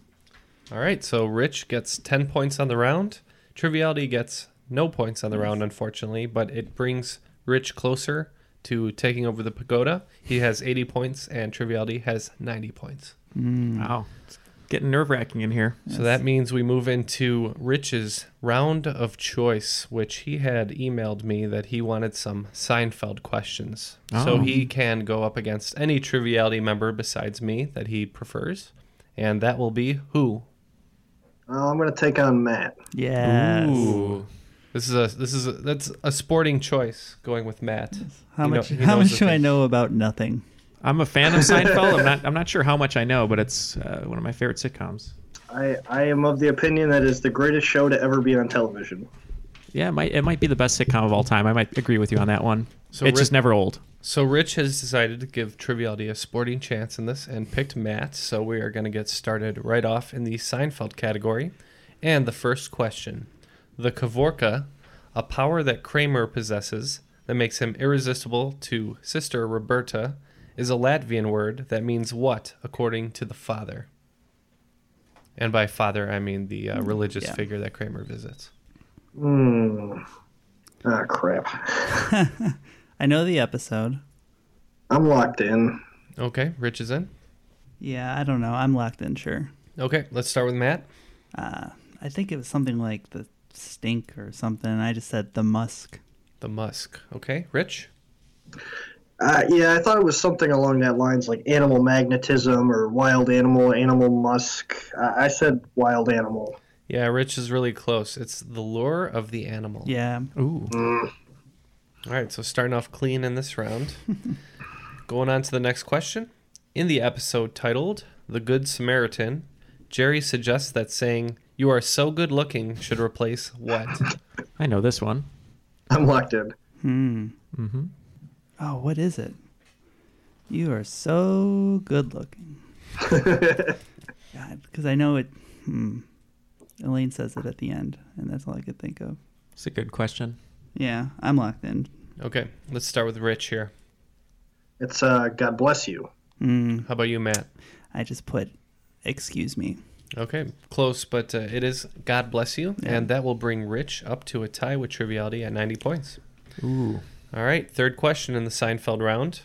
S6: All right, so Rich gets 10 points on the round. Triviality gets no points on the round, unfortunately, but it brings Rich closer to taking over the pagoda. He has 80 points, and Triviality has 90 points.
S7: Wow. It's getting nerve wracking in here.
S6: So that means we move into Rich's round of choice, which he had emailed me that he wanted some Seinfeld questions. So
S7: Oh.
S6: he can go up against any Triviality member besides me that he prefers, and that will be who
S3: Uh, I'm going to take on Matt.
S5: Yes.
S6: Ooh. This is a this is a, that's a sporting choice going with Matt.
S5: How
S6: He kno-
S5: much?
S6: he
S5: how
S6: knows the
S5: much do I
S6: thing.
S5: know about nothing?
S7: I'm a fan of
S3: [laughs]
S7: Seinfeld. I'm not. I'm not sure how much I know, but it's uh, one of my favorite sitcoms.
S3: I, I am of the opinion that is the greatest show to ever be on television.
S7: Yeah, it might. It might be the best sitcom of all time. I might agree with you on that one.
S6: So
S7: So it's just
S6: Rick-
S7: never old.
S6: So Rich has decided to give Triviality a sporting chance in this and picked Matt. So we are going to get started right off in the Seinfeld category, and the first question: the Kavorka, a power that Kramer possesses that makes him irresistible to sister Roberta, is a Latvian word that means what according to the father. And by father, I mean the uh, religious
S5: Yeah.
S6: figure that Kramer visits.
S3: Hmm. Ah, crap.
S5: I know the episode.
S3: I'm locked in.
S6: Okay, Rich is in.
S5: Yeah, I don't know. I'm locked in. Sure.
S6: Okay, let's start with Matt.
S5: Uh, I think it was something like the stink or something. I just said the musk.
S6: The musk. Okay, Rich.
S3: Uh, yeah, I thought it was something along that lines, like animal magnetism or wild animal, animal musk. Uh, I said wild animal.
S6: Yeah, Rich is really close. It's the lure of the animal.
S5: Yeah.
S7: Ooh.
S3: Mm.
S6: All right, so starting off clean in this round. Going on to the next question. In the episode titled The Good Samaritan, Jerry suggests that saying, You are so good looking, should replace what?
S7: I know this one.
S3: I'm locked in.
S5: Hmm.
S7: hmm
S5: Oh, what is it? You are so good looking.
S3: [laughs]
S5: God, because I know it. Hmm. Elaine says it at the end, and that's all I could think of.
S7: It's a good question.
S5: Yeah, I'm locked in.
S6: Okay, let's start with Rich here.
S3: It's uh, God bless you.
S5: Mm,
S6: How about you, Matt?
S5: I just put, excuse me.
S6: Okay, close, but uh, it is God bless you, and that will bring Rich up to a tie with Triviality at 90 points.
S7: Ooh.
S6: All right, third question in the Seinfeld round.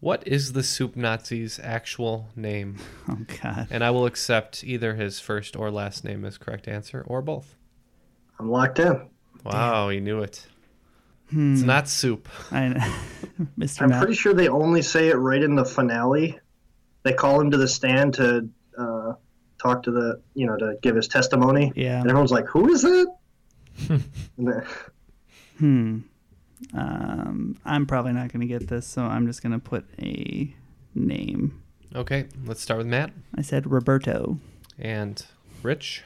S6: What is the Soup Nazi's actual name?
S5: Oh, God.
S6: And I will accept either his first or last name as correct answer, or both.
S3: I'm locked in.
S6: Wow, he knew it.
S5: Hmm.
S6: It's not soup.
S5: I, [laughs] mister
S3: I'm
S5: Matt.
S3: pretty sure they only say it right in the finale. They call him to the stand to uh, talk to the, you know, to give his testimony.
S5: Yeah.
S3: And everyone's like, who is
S5: [laughs]
S3: that? And then-
S5: Hmm. Um, I'm probably not going to get this, so I'm just going to put a name.
S6: Okay, let's start with Matt
S5: I said Roberto.
S6: and Rich.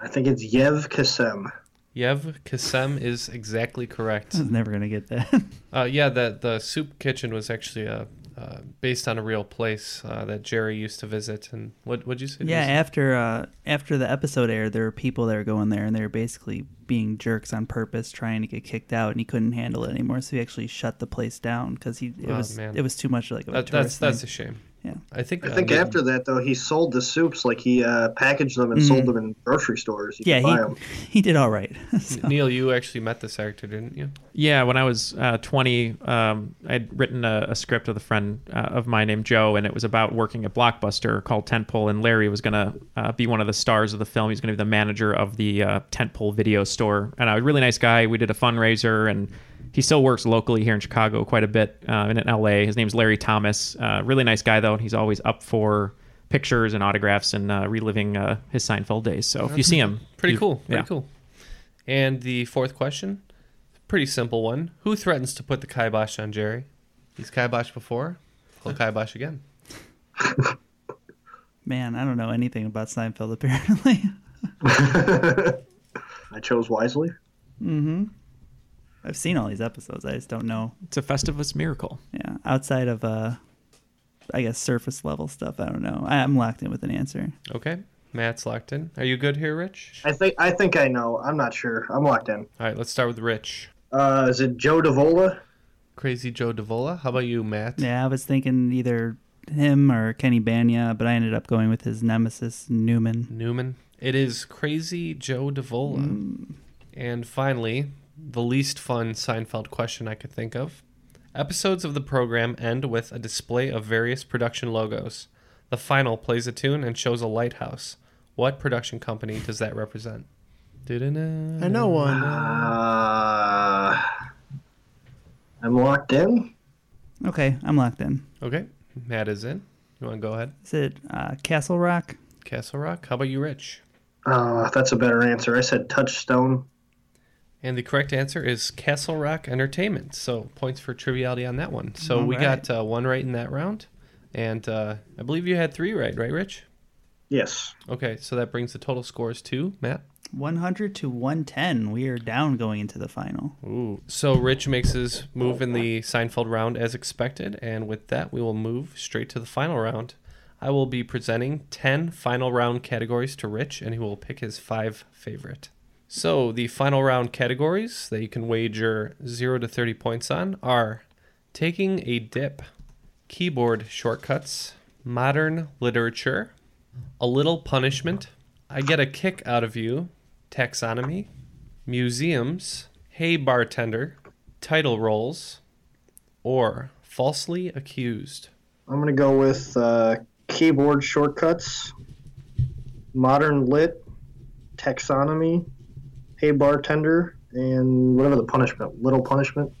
S3: I think it's Yev Kassem.
S6: Yev Kassem is exactly correct.
S5: [laughs] I was never gonna get that.
S6: Uh, yeah, the the soup kitchen was actually uh uh, based on a real place uh, that Jerry used to visit. And what would you say? it
S5: yeah,
S6: was?
S5: after uh, after the episode aired, there were people that were going there, and they were basically being jerks on purpose, trying to get kicked out, and he couldn't handle it anymore, so he actually shut the place down because he it
S6: Oh,
S5: was
S6: man.
S5: it was too much like a
S6: That- that's
S5: tourist
S6: that's a
S5: thing.
S6: shame.
S5: Yeah,
S6: I think
S3: I think
S6: uh,
S3: after that though, he sold the soups like he uh, packaged them and
S5: Mhm.
S3: sold them in grocery stores. You could buy
S5: yeah,
S3: 'em.
S5: he he did all right. [laughs]
S6: Neil, you actually met this actor, didn't you?
S7: Yeah, when I was uh, 20, um, I'd written a, a script with a friend uh, of mine named Joe, and it was about working at Blockbuster called Tentpole, and Larry was going to uh, be one of the stars of the film. He's going to be the manager of the uh, Tentpole video store, and uh, a really nice guy. We did a fundraiser, and he still works locally here in Chicago quite a bit, uh, and in LA. His name's Larry Thomas. Uh, really nice guy, though, and he's always up for pictures and autographs and uh, reliving uh, his Seinfeld days. So if you see him,
S6: Pretty
S7: you-
S6: cool. Pretty
S7: yeah.
S6: cool. And the fourth question, pretty simple one. Who threatens to put the kibosh on Jerry? He's kiboshed before. He'll kibosh again.
S5: Man, I don't know anything about Seinfeld [laughs] apparently.
S3: I chose wisely.
S5: hmm I've seen all these episodes. I just don't know.
S7: It's a Festivus miracle.
S5: Yeah, outside of uh, I guess surface level stuff. I don't know. I, I'm locked in with an answer.
S6: Okay. Matt's locked in. Are you good here, Rich?
S3: I think I think I know. I'm not sure. I'm locked in.
S6: All right, let's start with Rich.
S3: Uh, is it Joe Davola?
S6: Crazy Joe Davola. How about you, Matt?
S5: Yeah, I was thinking either him or Kenny Banya, but I ended up going with his nemesis Newman.
S6: Newman. It is Crazy Joe Davola.
S9: Hmm.
S6: And finally, the least fun Seinfeld question I could think of. Episodes of the program end with a display of various production logos. The final plays a tune and shows a lighthouse. What production company does that represent? I
S9: know one.
S3: Uh, I'm locked in.
S5: Okay, I'm locked in.
S6: Okay, Matt is in. You want to go ahead?
S5: Is it uh, Castle Rock?
S6: Castle Rock. How about you, Rich?
S3: Uh, that's a better answer. I said Touchstone.
S6: And the correct answer is Castle Rock Entertainment. So points for triviality on that one. So
S5: All
S6: we
S5: right.
S6: got uh, one right in that round, and uh, I believe you had three right, right, Rich?
S3: Yes.
S6: Okay, so that brings the total scores to Matt.
S5: 100 to 110. We are down going into the final.
S6: Ooh. So Rich makes his move in the Seinfeld round as expected, and with that, we will move straight to the final round. I will be presenting 10 final round categories to Rich, and he will pick his five favorite. So the final round categories that you can wager 0 to 30 points on are taking a dip, keyboard shortcuts, modern literature, a little punishment, I get a kick out of you, taxonomy, museums, hey bartender, title roles, or falsely accused.
S3: I'm gonna go with uh, keyboard shortcuts, modern lit, taxonomy, hey bartender, and whatever the punishment, little punishment.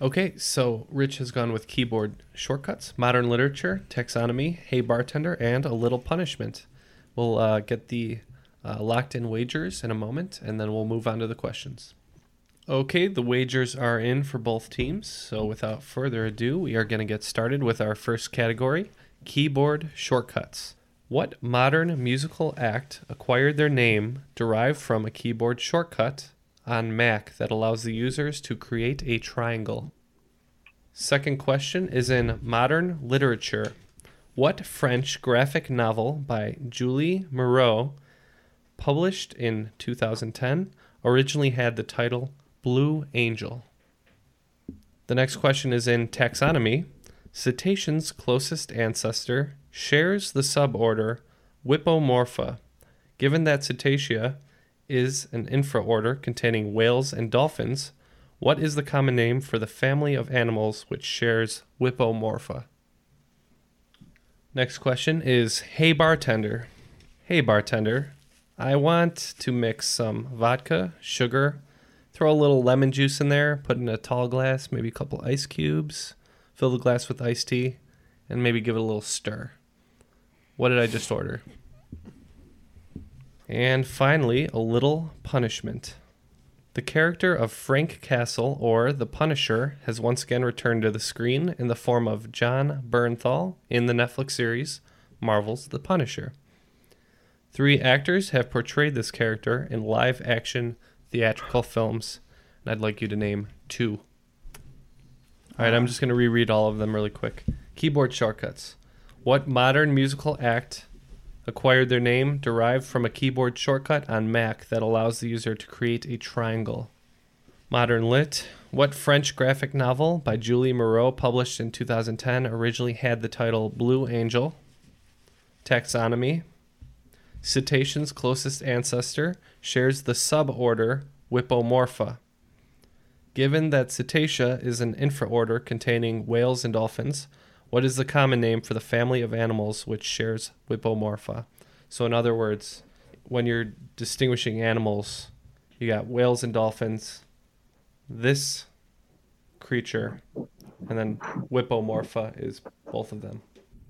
S6: Okay, so Rich has gone with keyboard shortcuts, modern literature, taxonomy, hey bartender, and a little punishment. We'll uh, get the uh, locked in wagers in a moment, and then we'll move on to the questions. Okay, the wagers are in for both teams. So without further ado, we are going to get started with our first category keyboard shortcuts. What modern musical act acquired their name derived from a keyboard shortcut on Mac that allows the users to create a triangle? Second question is in modern literature. What French graphic novel by Julie Moreau, published in 2010, originally had the title Blue Angel? The next question is in taxonomy. Cetacean's closest ancestor shares the suborder Whippomorpha, given that Cetacea is an infraorder containing whales and dolphins. What is the common name for the family of animals which shares Whippomorpha? Next question is Hey bartender. Hey bartender, I want to mix some vodka, sugar, throw a little lemon juice in there, put in a tall glass, maybe a couple ice cubes, fill the glass with iced tea, and maybe give it a little stir. What did I just order? And finally, a little punishment. The character of Frank Castle, or the Punisher, has once again returned to the screen in the form of John Bernthal in the Netflix series Marvel's The Punisher. Three actors have portrayed this character in live action theatrical films, and I'd like you to name two. All right, I'm just going to reread all of them really quick. Keyboard shortcuts. What modern musical act acquired their name derived from a keyboard shortcut on Mac that allows the user to create a triangle? Modern Lit. What French graphic novel by Julie Moreau, published in 2010, originally had the title Blue Angel? Taxonomy. Cetacean's closest ancestor shares the suborder Whippomorpha. Given that Cetacea is an infraorder containing whales and dolphins, what is the common name for the family of animals which shares Whippomorpha? So, in other words, when you're distinguishing animals, you got whales and dolphins, this creature, and then Whippomorpha is both of them.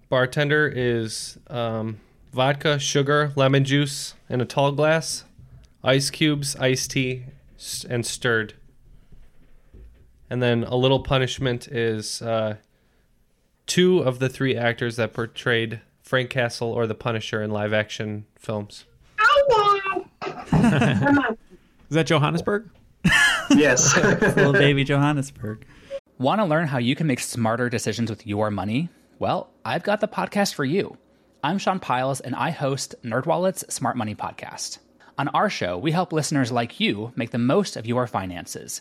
S6: Bartender is um, vodka, sugar, lemon juice in a tall glass, ice cubes, iced tea, s- and stirred. And then a little punishment is uh, two of the three actors that portrayed Frank Castle or the Punisher in live action films.
S7: [laughs] Is that Johannesburg?
S3: yes.
S14: Little
S5: baby Johannesburg.
S14: Want to learn how you can make smarter decisions with your money? Well, I've got the podcast for you. I'm Sean Piles, and I host NerdWallet's Smart Money Podcast. On our show, we help listeners like you make the most of your finances.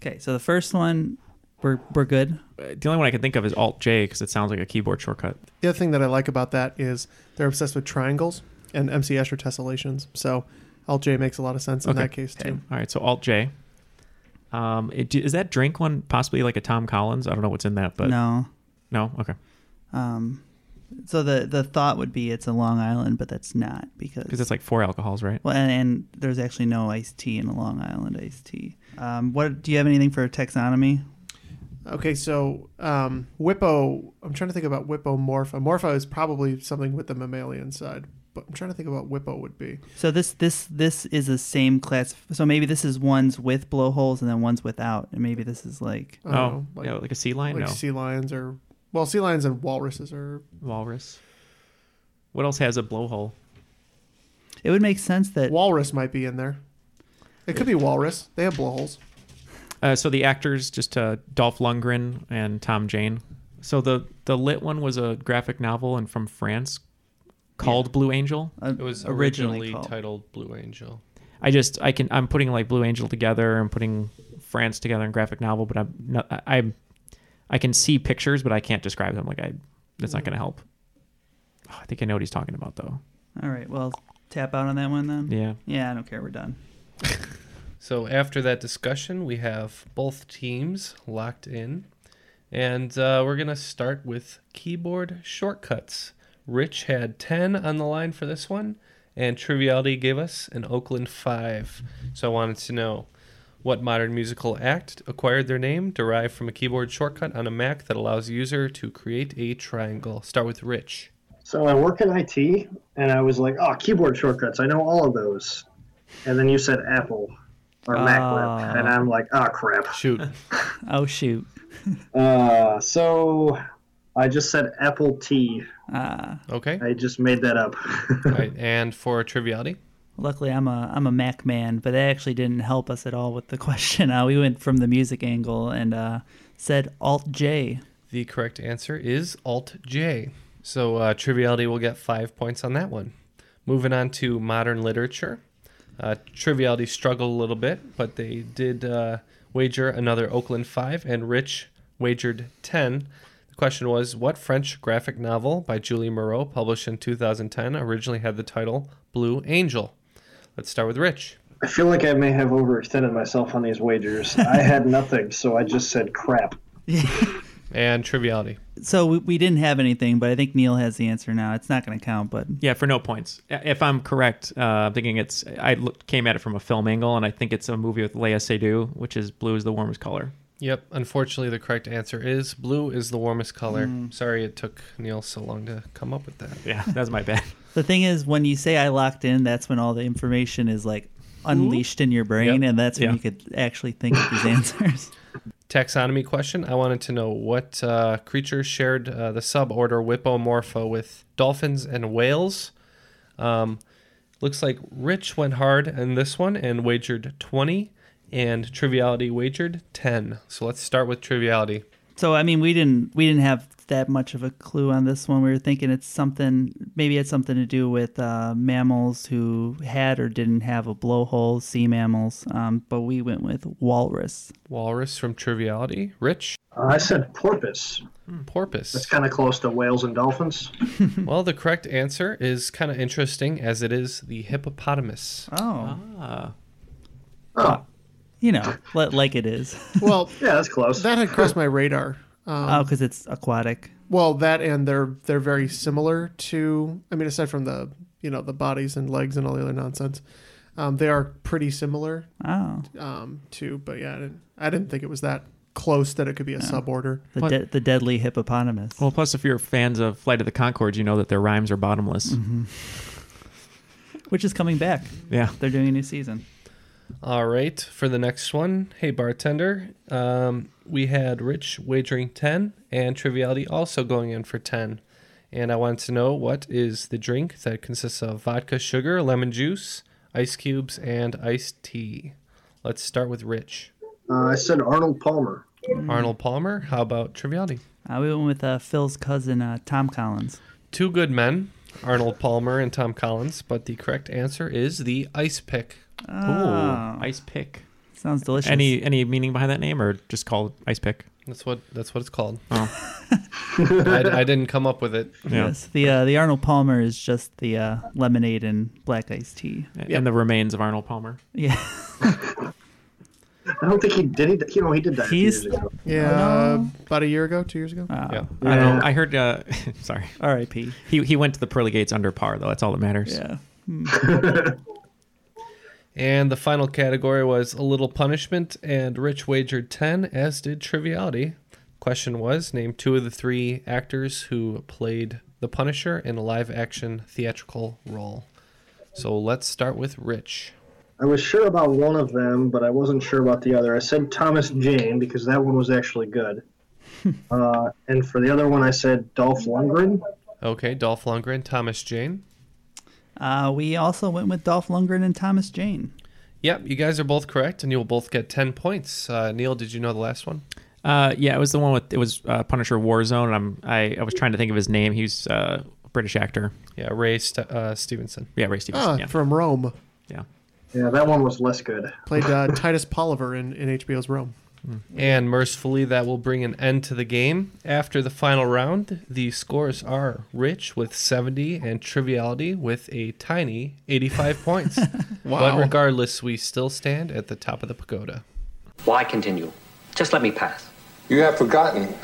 S5: Okay, so the first one, we're we're good.
S7: The only one I can think of is Alt J because it sounds like a keyboard shortcut.
S9: The other thing that I like about that is they're obsessed with triangles and MC Escher tessellations. So Alt J makes a lot of sense in that case
S7: Okay.
S9: too.
S7: All right, so Alt J. Um, it, is that drink one possibly like a Tom Collins? I don't know what's in that, but
S5: No.
S7: no, okay,
S5: Um, so the the thought would be it's a Long Island, but that's not because
S7: because it's like four alcohols, right?
S5: well, and, and there's actually no iced tea in a Long Island iced tea. Um, what do you have anything for taxonomy?
S9: Okay, so um, Whippo, I'm trying to think about Whippomorpha. Morpha is probably something with the mammalian side, but I'm trying to think about Whippo would be.
S5: So this this this is the same class. So maybe this is ones with blowholes and then ones without, and maybe this is like
S7: Oh.
S9: I don't know, Like
S7: No.
S9: sea lions or well, sea lions and walruses are
S7: walrus. What else has a blowhole?
S5: It would make sense that
S9: walrus might be in there. It could be walrus. They have blowholes.
S7: Uh, so the actors just uh, Dolph Lundgren and Tom Jane. So the the lit one was a graphic novel and from France called Blue Angel.
S6: It was originally titled Blue Angel.
S7: I just I can I'm putting like Blue Angel together. I'm putting France together in graphic novel, but I'm not, I- I'm I can see pictures, but I can't describe them. Like I, that's
S9: Hmm.
S7: not going to help. Oh, I think I know what he's talking about though.
S5: All right. Well, tap out on that one then.
S7: Yeah.
S5: Yeah. I don't care. We're done.
S6: So after that discussion, we have both teams locked in, and uh, we're gonna start with keyboard shortcuts. Rich had ten on the line for this one, and Triviality gave us an Oakland five. So I wanted to know what modern musical act acquired their name derived from a keyboard shortcut on a Mac that allows a user to create a triangle. Start with Rich.
S3: So I work in IT, and I was like, oh, keyboard shortcuts. I know all of those. And then you said Apple or MacLib,
S7: Ah.
S5: Oh.
S3: and I'm like, oh, crap.
S6: Shoot.
S5: oh, shoot.
S3: uh, so I just said Apple T.
S5: Ah.
S6: Okay.
S3: I just made that up. [laughs]
S6: right, and for Triviality.
S5: Luckily, I'm a I'm a Mac man, but that actually didn't help us at all with the [laughs] question. Uh, we went from the music angle and uh, said Alt J.
S6: The correct answer is Alt J. So uh, Triviality will get five points on that one. Moving on to modern literature. Uh, triviality struggled a little bit, but they did uh, wager another Oakland 5, and Rich wagered 10. The question was What French graphic novel by Julie Moreau, published in 2010, originally had the title Blue Angel? Let's start with Rich.
S3: I feel like I may have overextended myself on these wagers. I
S7: [laughs]
S3: had nothing, so I just said crap.
S6: And Triviality.
S5: So we, we didn't have anything, but I think Neil has the answer now. It's not going to count, but
S7: Yeah, for no points. If I'm correct, uh, I'm thinking it's. I look, came at it from a film angle, and I think it's a movie with Lea Seydoux, which is blue is the warmest color.
S6: Yep, unfortunately, the correct answer is blue is the warmest color.
S3: Hmm.
S6: Sorry it took Neil so long to come up with that.
S7: Yeah, that's my bad.
S5: the thing is, when you say I locked in, that's when all the information is like unleashed in your brain, and that's when
S6: Yeah.
S5: you could actually think of these answers. [laughs]
S6: Taxonomy question. I wanted to know what uh, creatures shared uh, the suborder Whippomorpha with dolphins and whales. Um, looks like Rich went hard in this one and wagered 20, and Triviality wagered 10. So let's start with Triviality.
S5: So I mean, we didn't we didn't have that much of a clue on this one. We were thinking it's something maybe it's something to do with uh, mammals who had or didn't have a blowhole, sea mammals. Um, but we went with walrus.
S6: Walrus from Triviality. Rich?
S3: Uh, I said porpoise.
S6: Porpoise.
S3: That's kind of close to whales and dolphins.
S6: well, the correct answer is kind of interesting as it is the hippopotamus.
S5: Oh.
S3: Oh.
S7: Ah.
S5: Ah. You know, li- like it is.
S9: Well,
S3: yeah, that's close.
S9: That had crossed my radar. Um,
S5: oh, because it's aquatic.
S9: Well, that and they're they're very similar to. I mean, aside from the you know the bodies and legs and all the other nonsense, um, they are pretty similar.
S5: Oh.
S9: Um, to but yeah, I didn't, I didn't think it was that close that it could be a suborder.
S5: Oh. The, de- the deadly hippopotamus.
S7: Well, plus if you're fans of Flight of the Concords, you know that their rhymes are bottomless.
S5: Mm-hmm. Which is coming back.
S7: Yeah.
S5: They're doing a new season.
S6: All right, for the next one, hey bartender, um, we had Rich wagering ten and Triviality also going in for ten, and I wanted to know what is the drink that consists of vodka, sugar, lemon juice, ice cubes, and iced tea. Let's start with Rich.
S3: Uh, I said Arnold Palmer.
S6: Arnold Palmer. How about Triviality?
S5: Uh, we went with uh, Phil's cousin, uh, Tom Collins.
S6: Two good men, Arnold Palmer and Tom Collins, but the correct answer is the ice pick.
S5: Oh.
S7: Ooh, ice pick.
S5: Sounds delicious.
S7: Any any meaning behind that name, or just called ice pick?
S6: That's what that's what it's called.
S7: Oh.
S6: I, [laughs] I didn't come up with it.
S5: Yes, the uh, the Arnold Palmer is just the uh, lemonade and black iced tea.
S7: And the remains of Arnold Palmer.
S5: Yeah. [laughs]
S3: I don't think he did. He, you know, he did that.
S5: He's-
S3: years ago.
S9: Yeah,
S5: Oh,
S9: about a year ago, two years ago.
S7: Yeah. I
S9: Yeah.
S7: don't know. I heard. Uh, sorry.
S5: R.I.P.
S7: He he went to the pearly gates under par though. That's all that matters.
S5: Yeah.
S6: And the final category was a little punishment, and Rich wagered 10, as did Triviality. Question was name two of the three actors who played the Punisher in a live action theatrical role. So let's start with Rich.
S3: I was sure about one of them, but I wasn't sure about the other. I said Thomas Jane because that one was actually
S7: [laughs]
S3: good. uh, and for the other one, I said Dolph Lundgren.
S6: Okay, Dolph Lundgren, Thomas Jane.
S5: Uh, we also went with Dolph Lundgren and Thomas Jane.
S6: Yep, you guys are both correct, and you will both get 10 points. Uh, Neil, did you know the last one?
S7: Uh, yeah, it was the one with it was uh, Punisher Warzone. And I'm I, I was trying to think of his name. He's uh, a British actor.
S6: Yeah, Ray St- uh, Stevenson.
S7: Yeah, Ray Stevenson.
S9: Ah,
S7: yeah.
S9: from Rome.
S7: Yeah.
S3: Yeah, that one was less good.
S9: Played uh, Titus Polliver in, in HBO's Rome.
S6: And mercifully, that will bring an end to the game. After the final round, the scores are Rich with 70 and Triviality with a tiny 85 points. But
S15: Wow.
S6: regardless, we still stand at the top of the pagoda.
S15: Why continue? Just let me pass.
S16: You have forgotten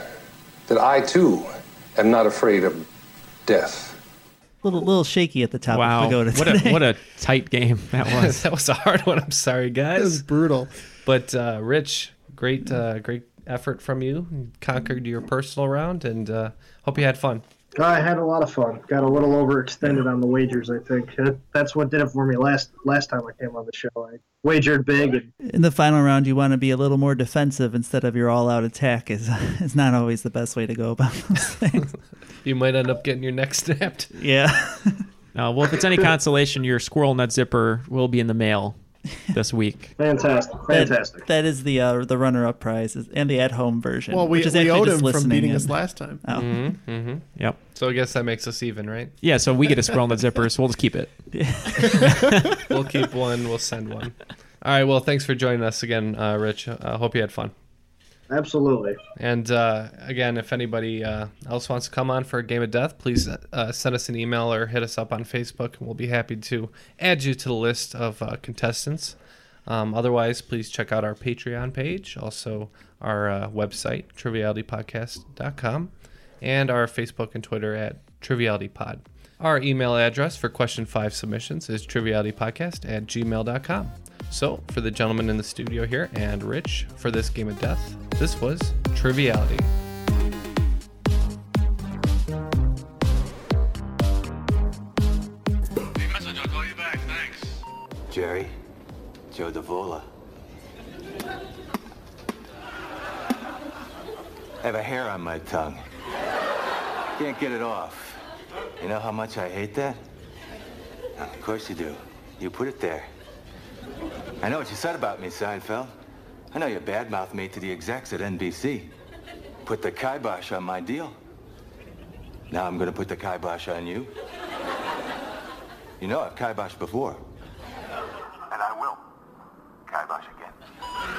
S16: that I too am not afraid of death.
S5: little little shaky at the top
S3: Wow.
S5: of Pagoda
S3: What a-
S5: today.
S3: what a tight
S6: [laughs]
S3: game that was.
S6: that was a hard one. I'm sorry, guys. It was
S17: brutal.
S6: But uh, Rich, great, uh, great effort from you. You conquered your personal round, and uh, hope you had fun.
S7: I had a lot of fun. Got a little overextended on the wagers. I think [laughs] that's what did it for me last last time I came on the show. I wagered big and
S5: [laughs] In the final round, you want to be a little more defensive instead of your all-out attack. is [laughs] is not always the best way to go about those [laughs] things.
S6: You might end up getting your neck [laughs] snapped.
S5: Yeah.
S3: Uh, well, if it's [laughs] any consolation, your squirrel nut zipper will be in the mail this week.
S7: fantastic,
S5: That-
S7: fantastic.
S5: that is the uh, the runner-up prize is- and the at-home version.
S17: Well, we-
S5: which is
S17: we
S5: actually
S17: owed
S5: just
S17: him from
S5: listening
S17: beating
S5: in.
S17: us last time.
S5: Oh.
S6: Mm-hmm, mm-hmm.
S3: Yep.
S6: So I guess that makes us even,
S3: [laughs]
S6: right?
S3: Yeah, so we get a squirrel nut zipper, so we'll just keep it.
S6: we'll keep one. We'll send one. All right. Well, thanks for joining us again, uh, Rich. uh, hope you had fun.
S7: Absolutely.
S6: And uh, again, if anybody uh, else wants to come on for a game of death, please uh, send us an email or hit us up on Facebook, and we'll be happy to add you to the list of uh, contestants. Um, otherwise, please check out our Patreon page, also our uh, website, trivialitypodcast.com, and our Facebook and Twitter at TrivialityPod. Our email address for question five submissions is trivialitypodcast at gmail.com. So, for the gentleman in the studio here and Rich for this game of death, this was Triviality.
S2: Jerry, Joe Davola. I have a hair on my tongue. Can't get it off. You know how much I hate that? Of course you do. You put it there. I know what you said about me, Seinfeld. I know you badmouthed me to the execs at NBC. Put the kibosh on my deal. Now I'm gonna put the kibosh on you. You know I've kiboshed before. And I will. Kibosh again.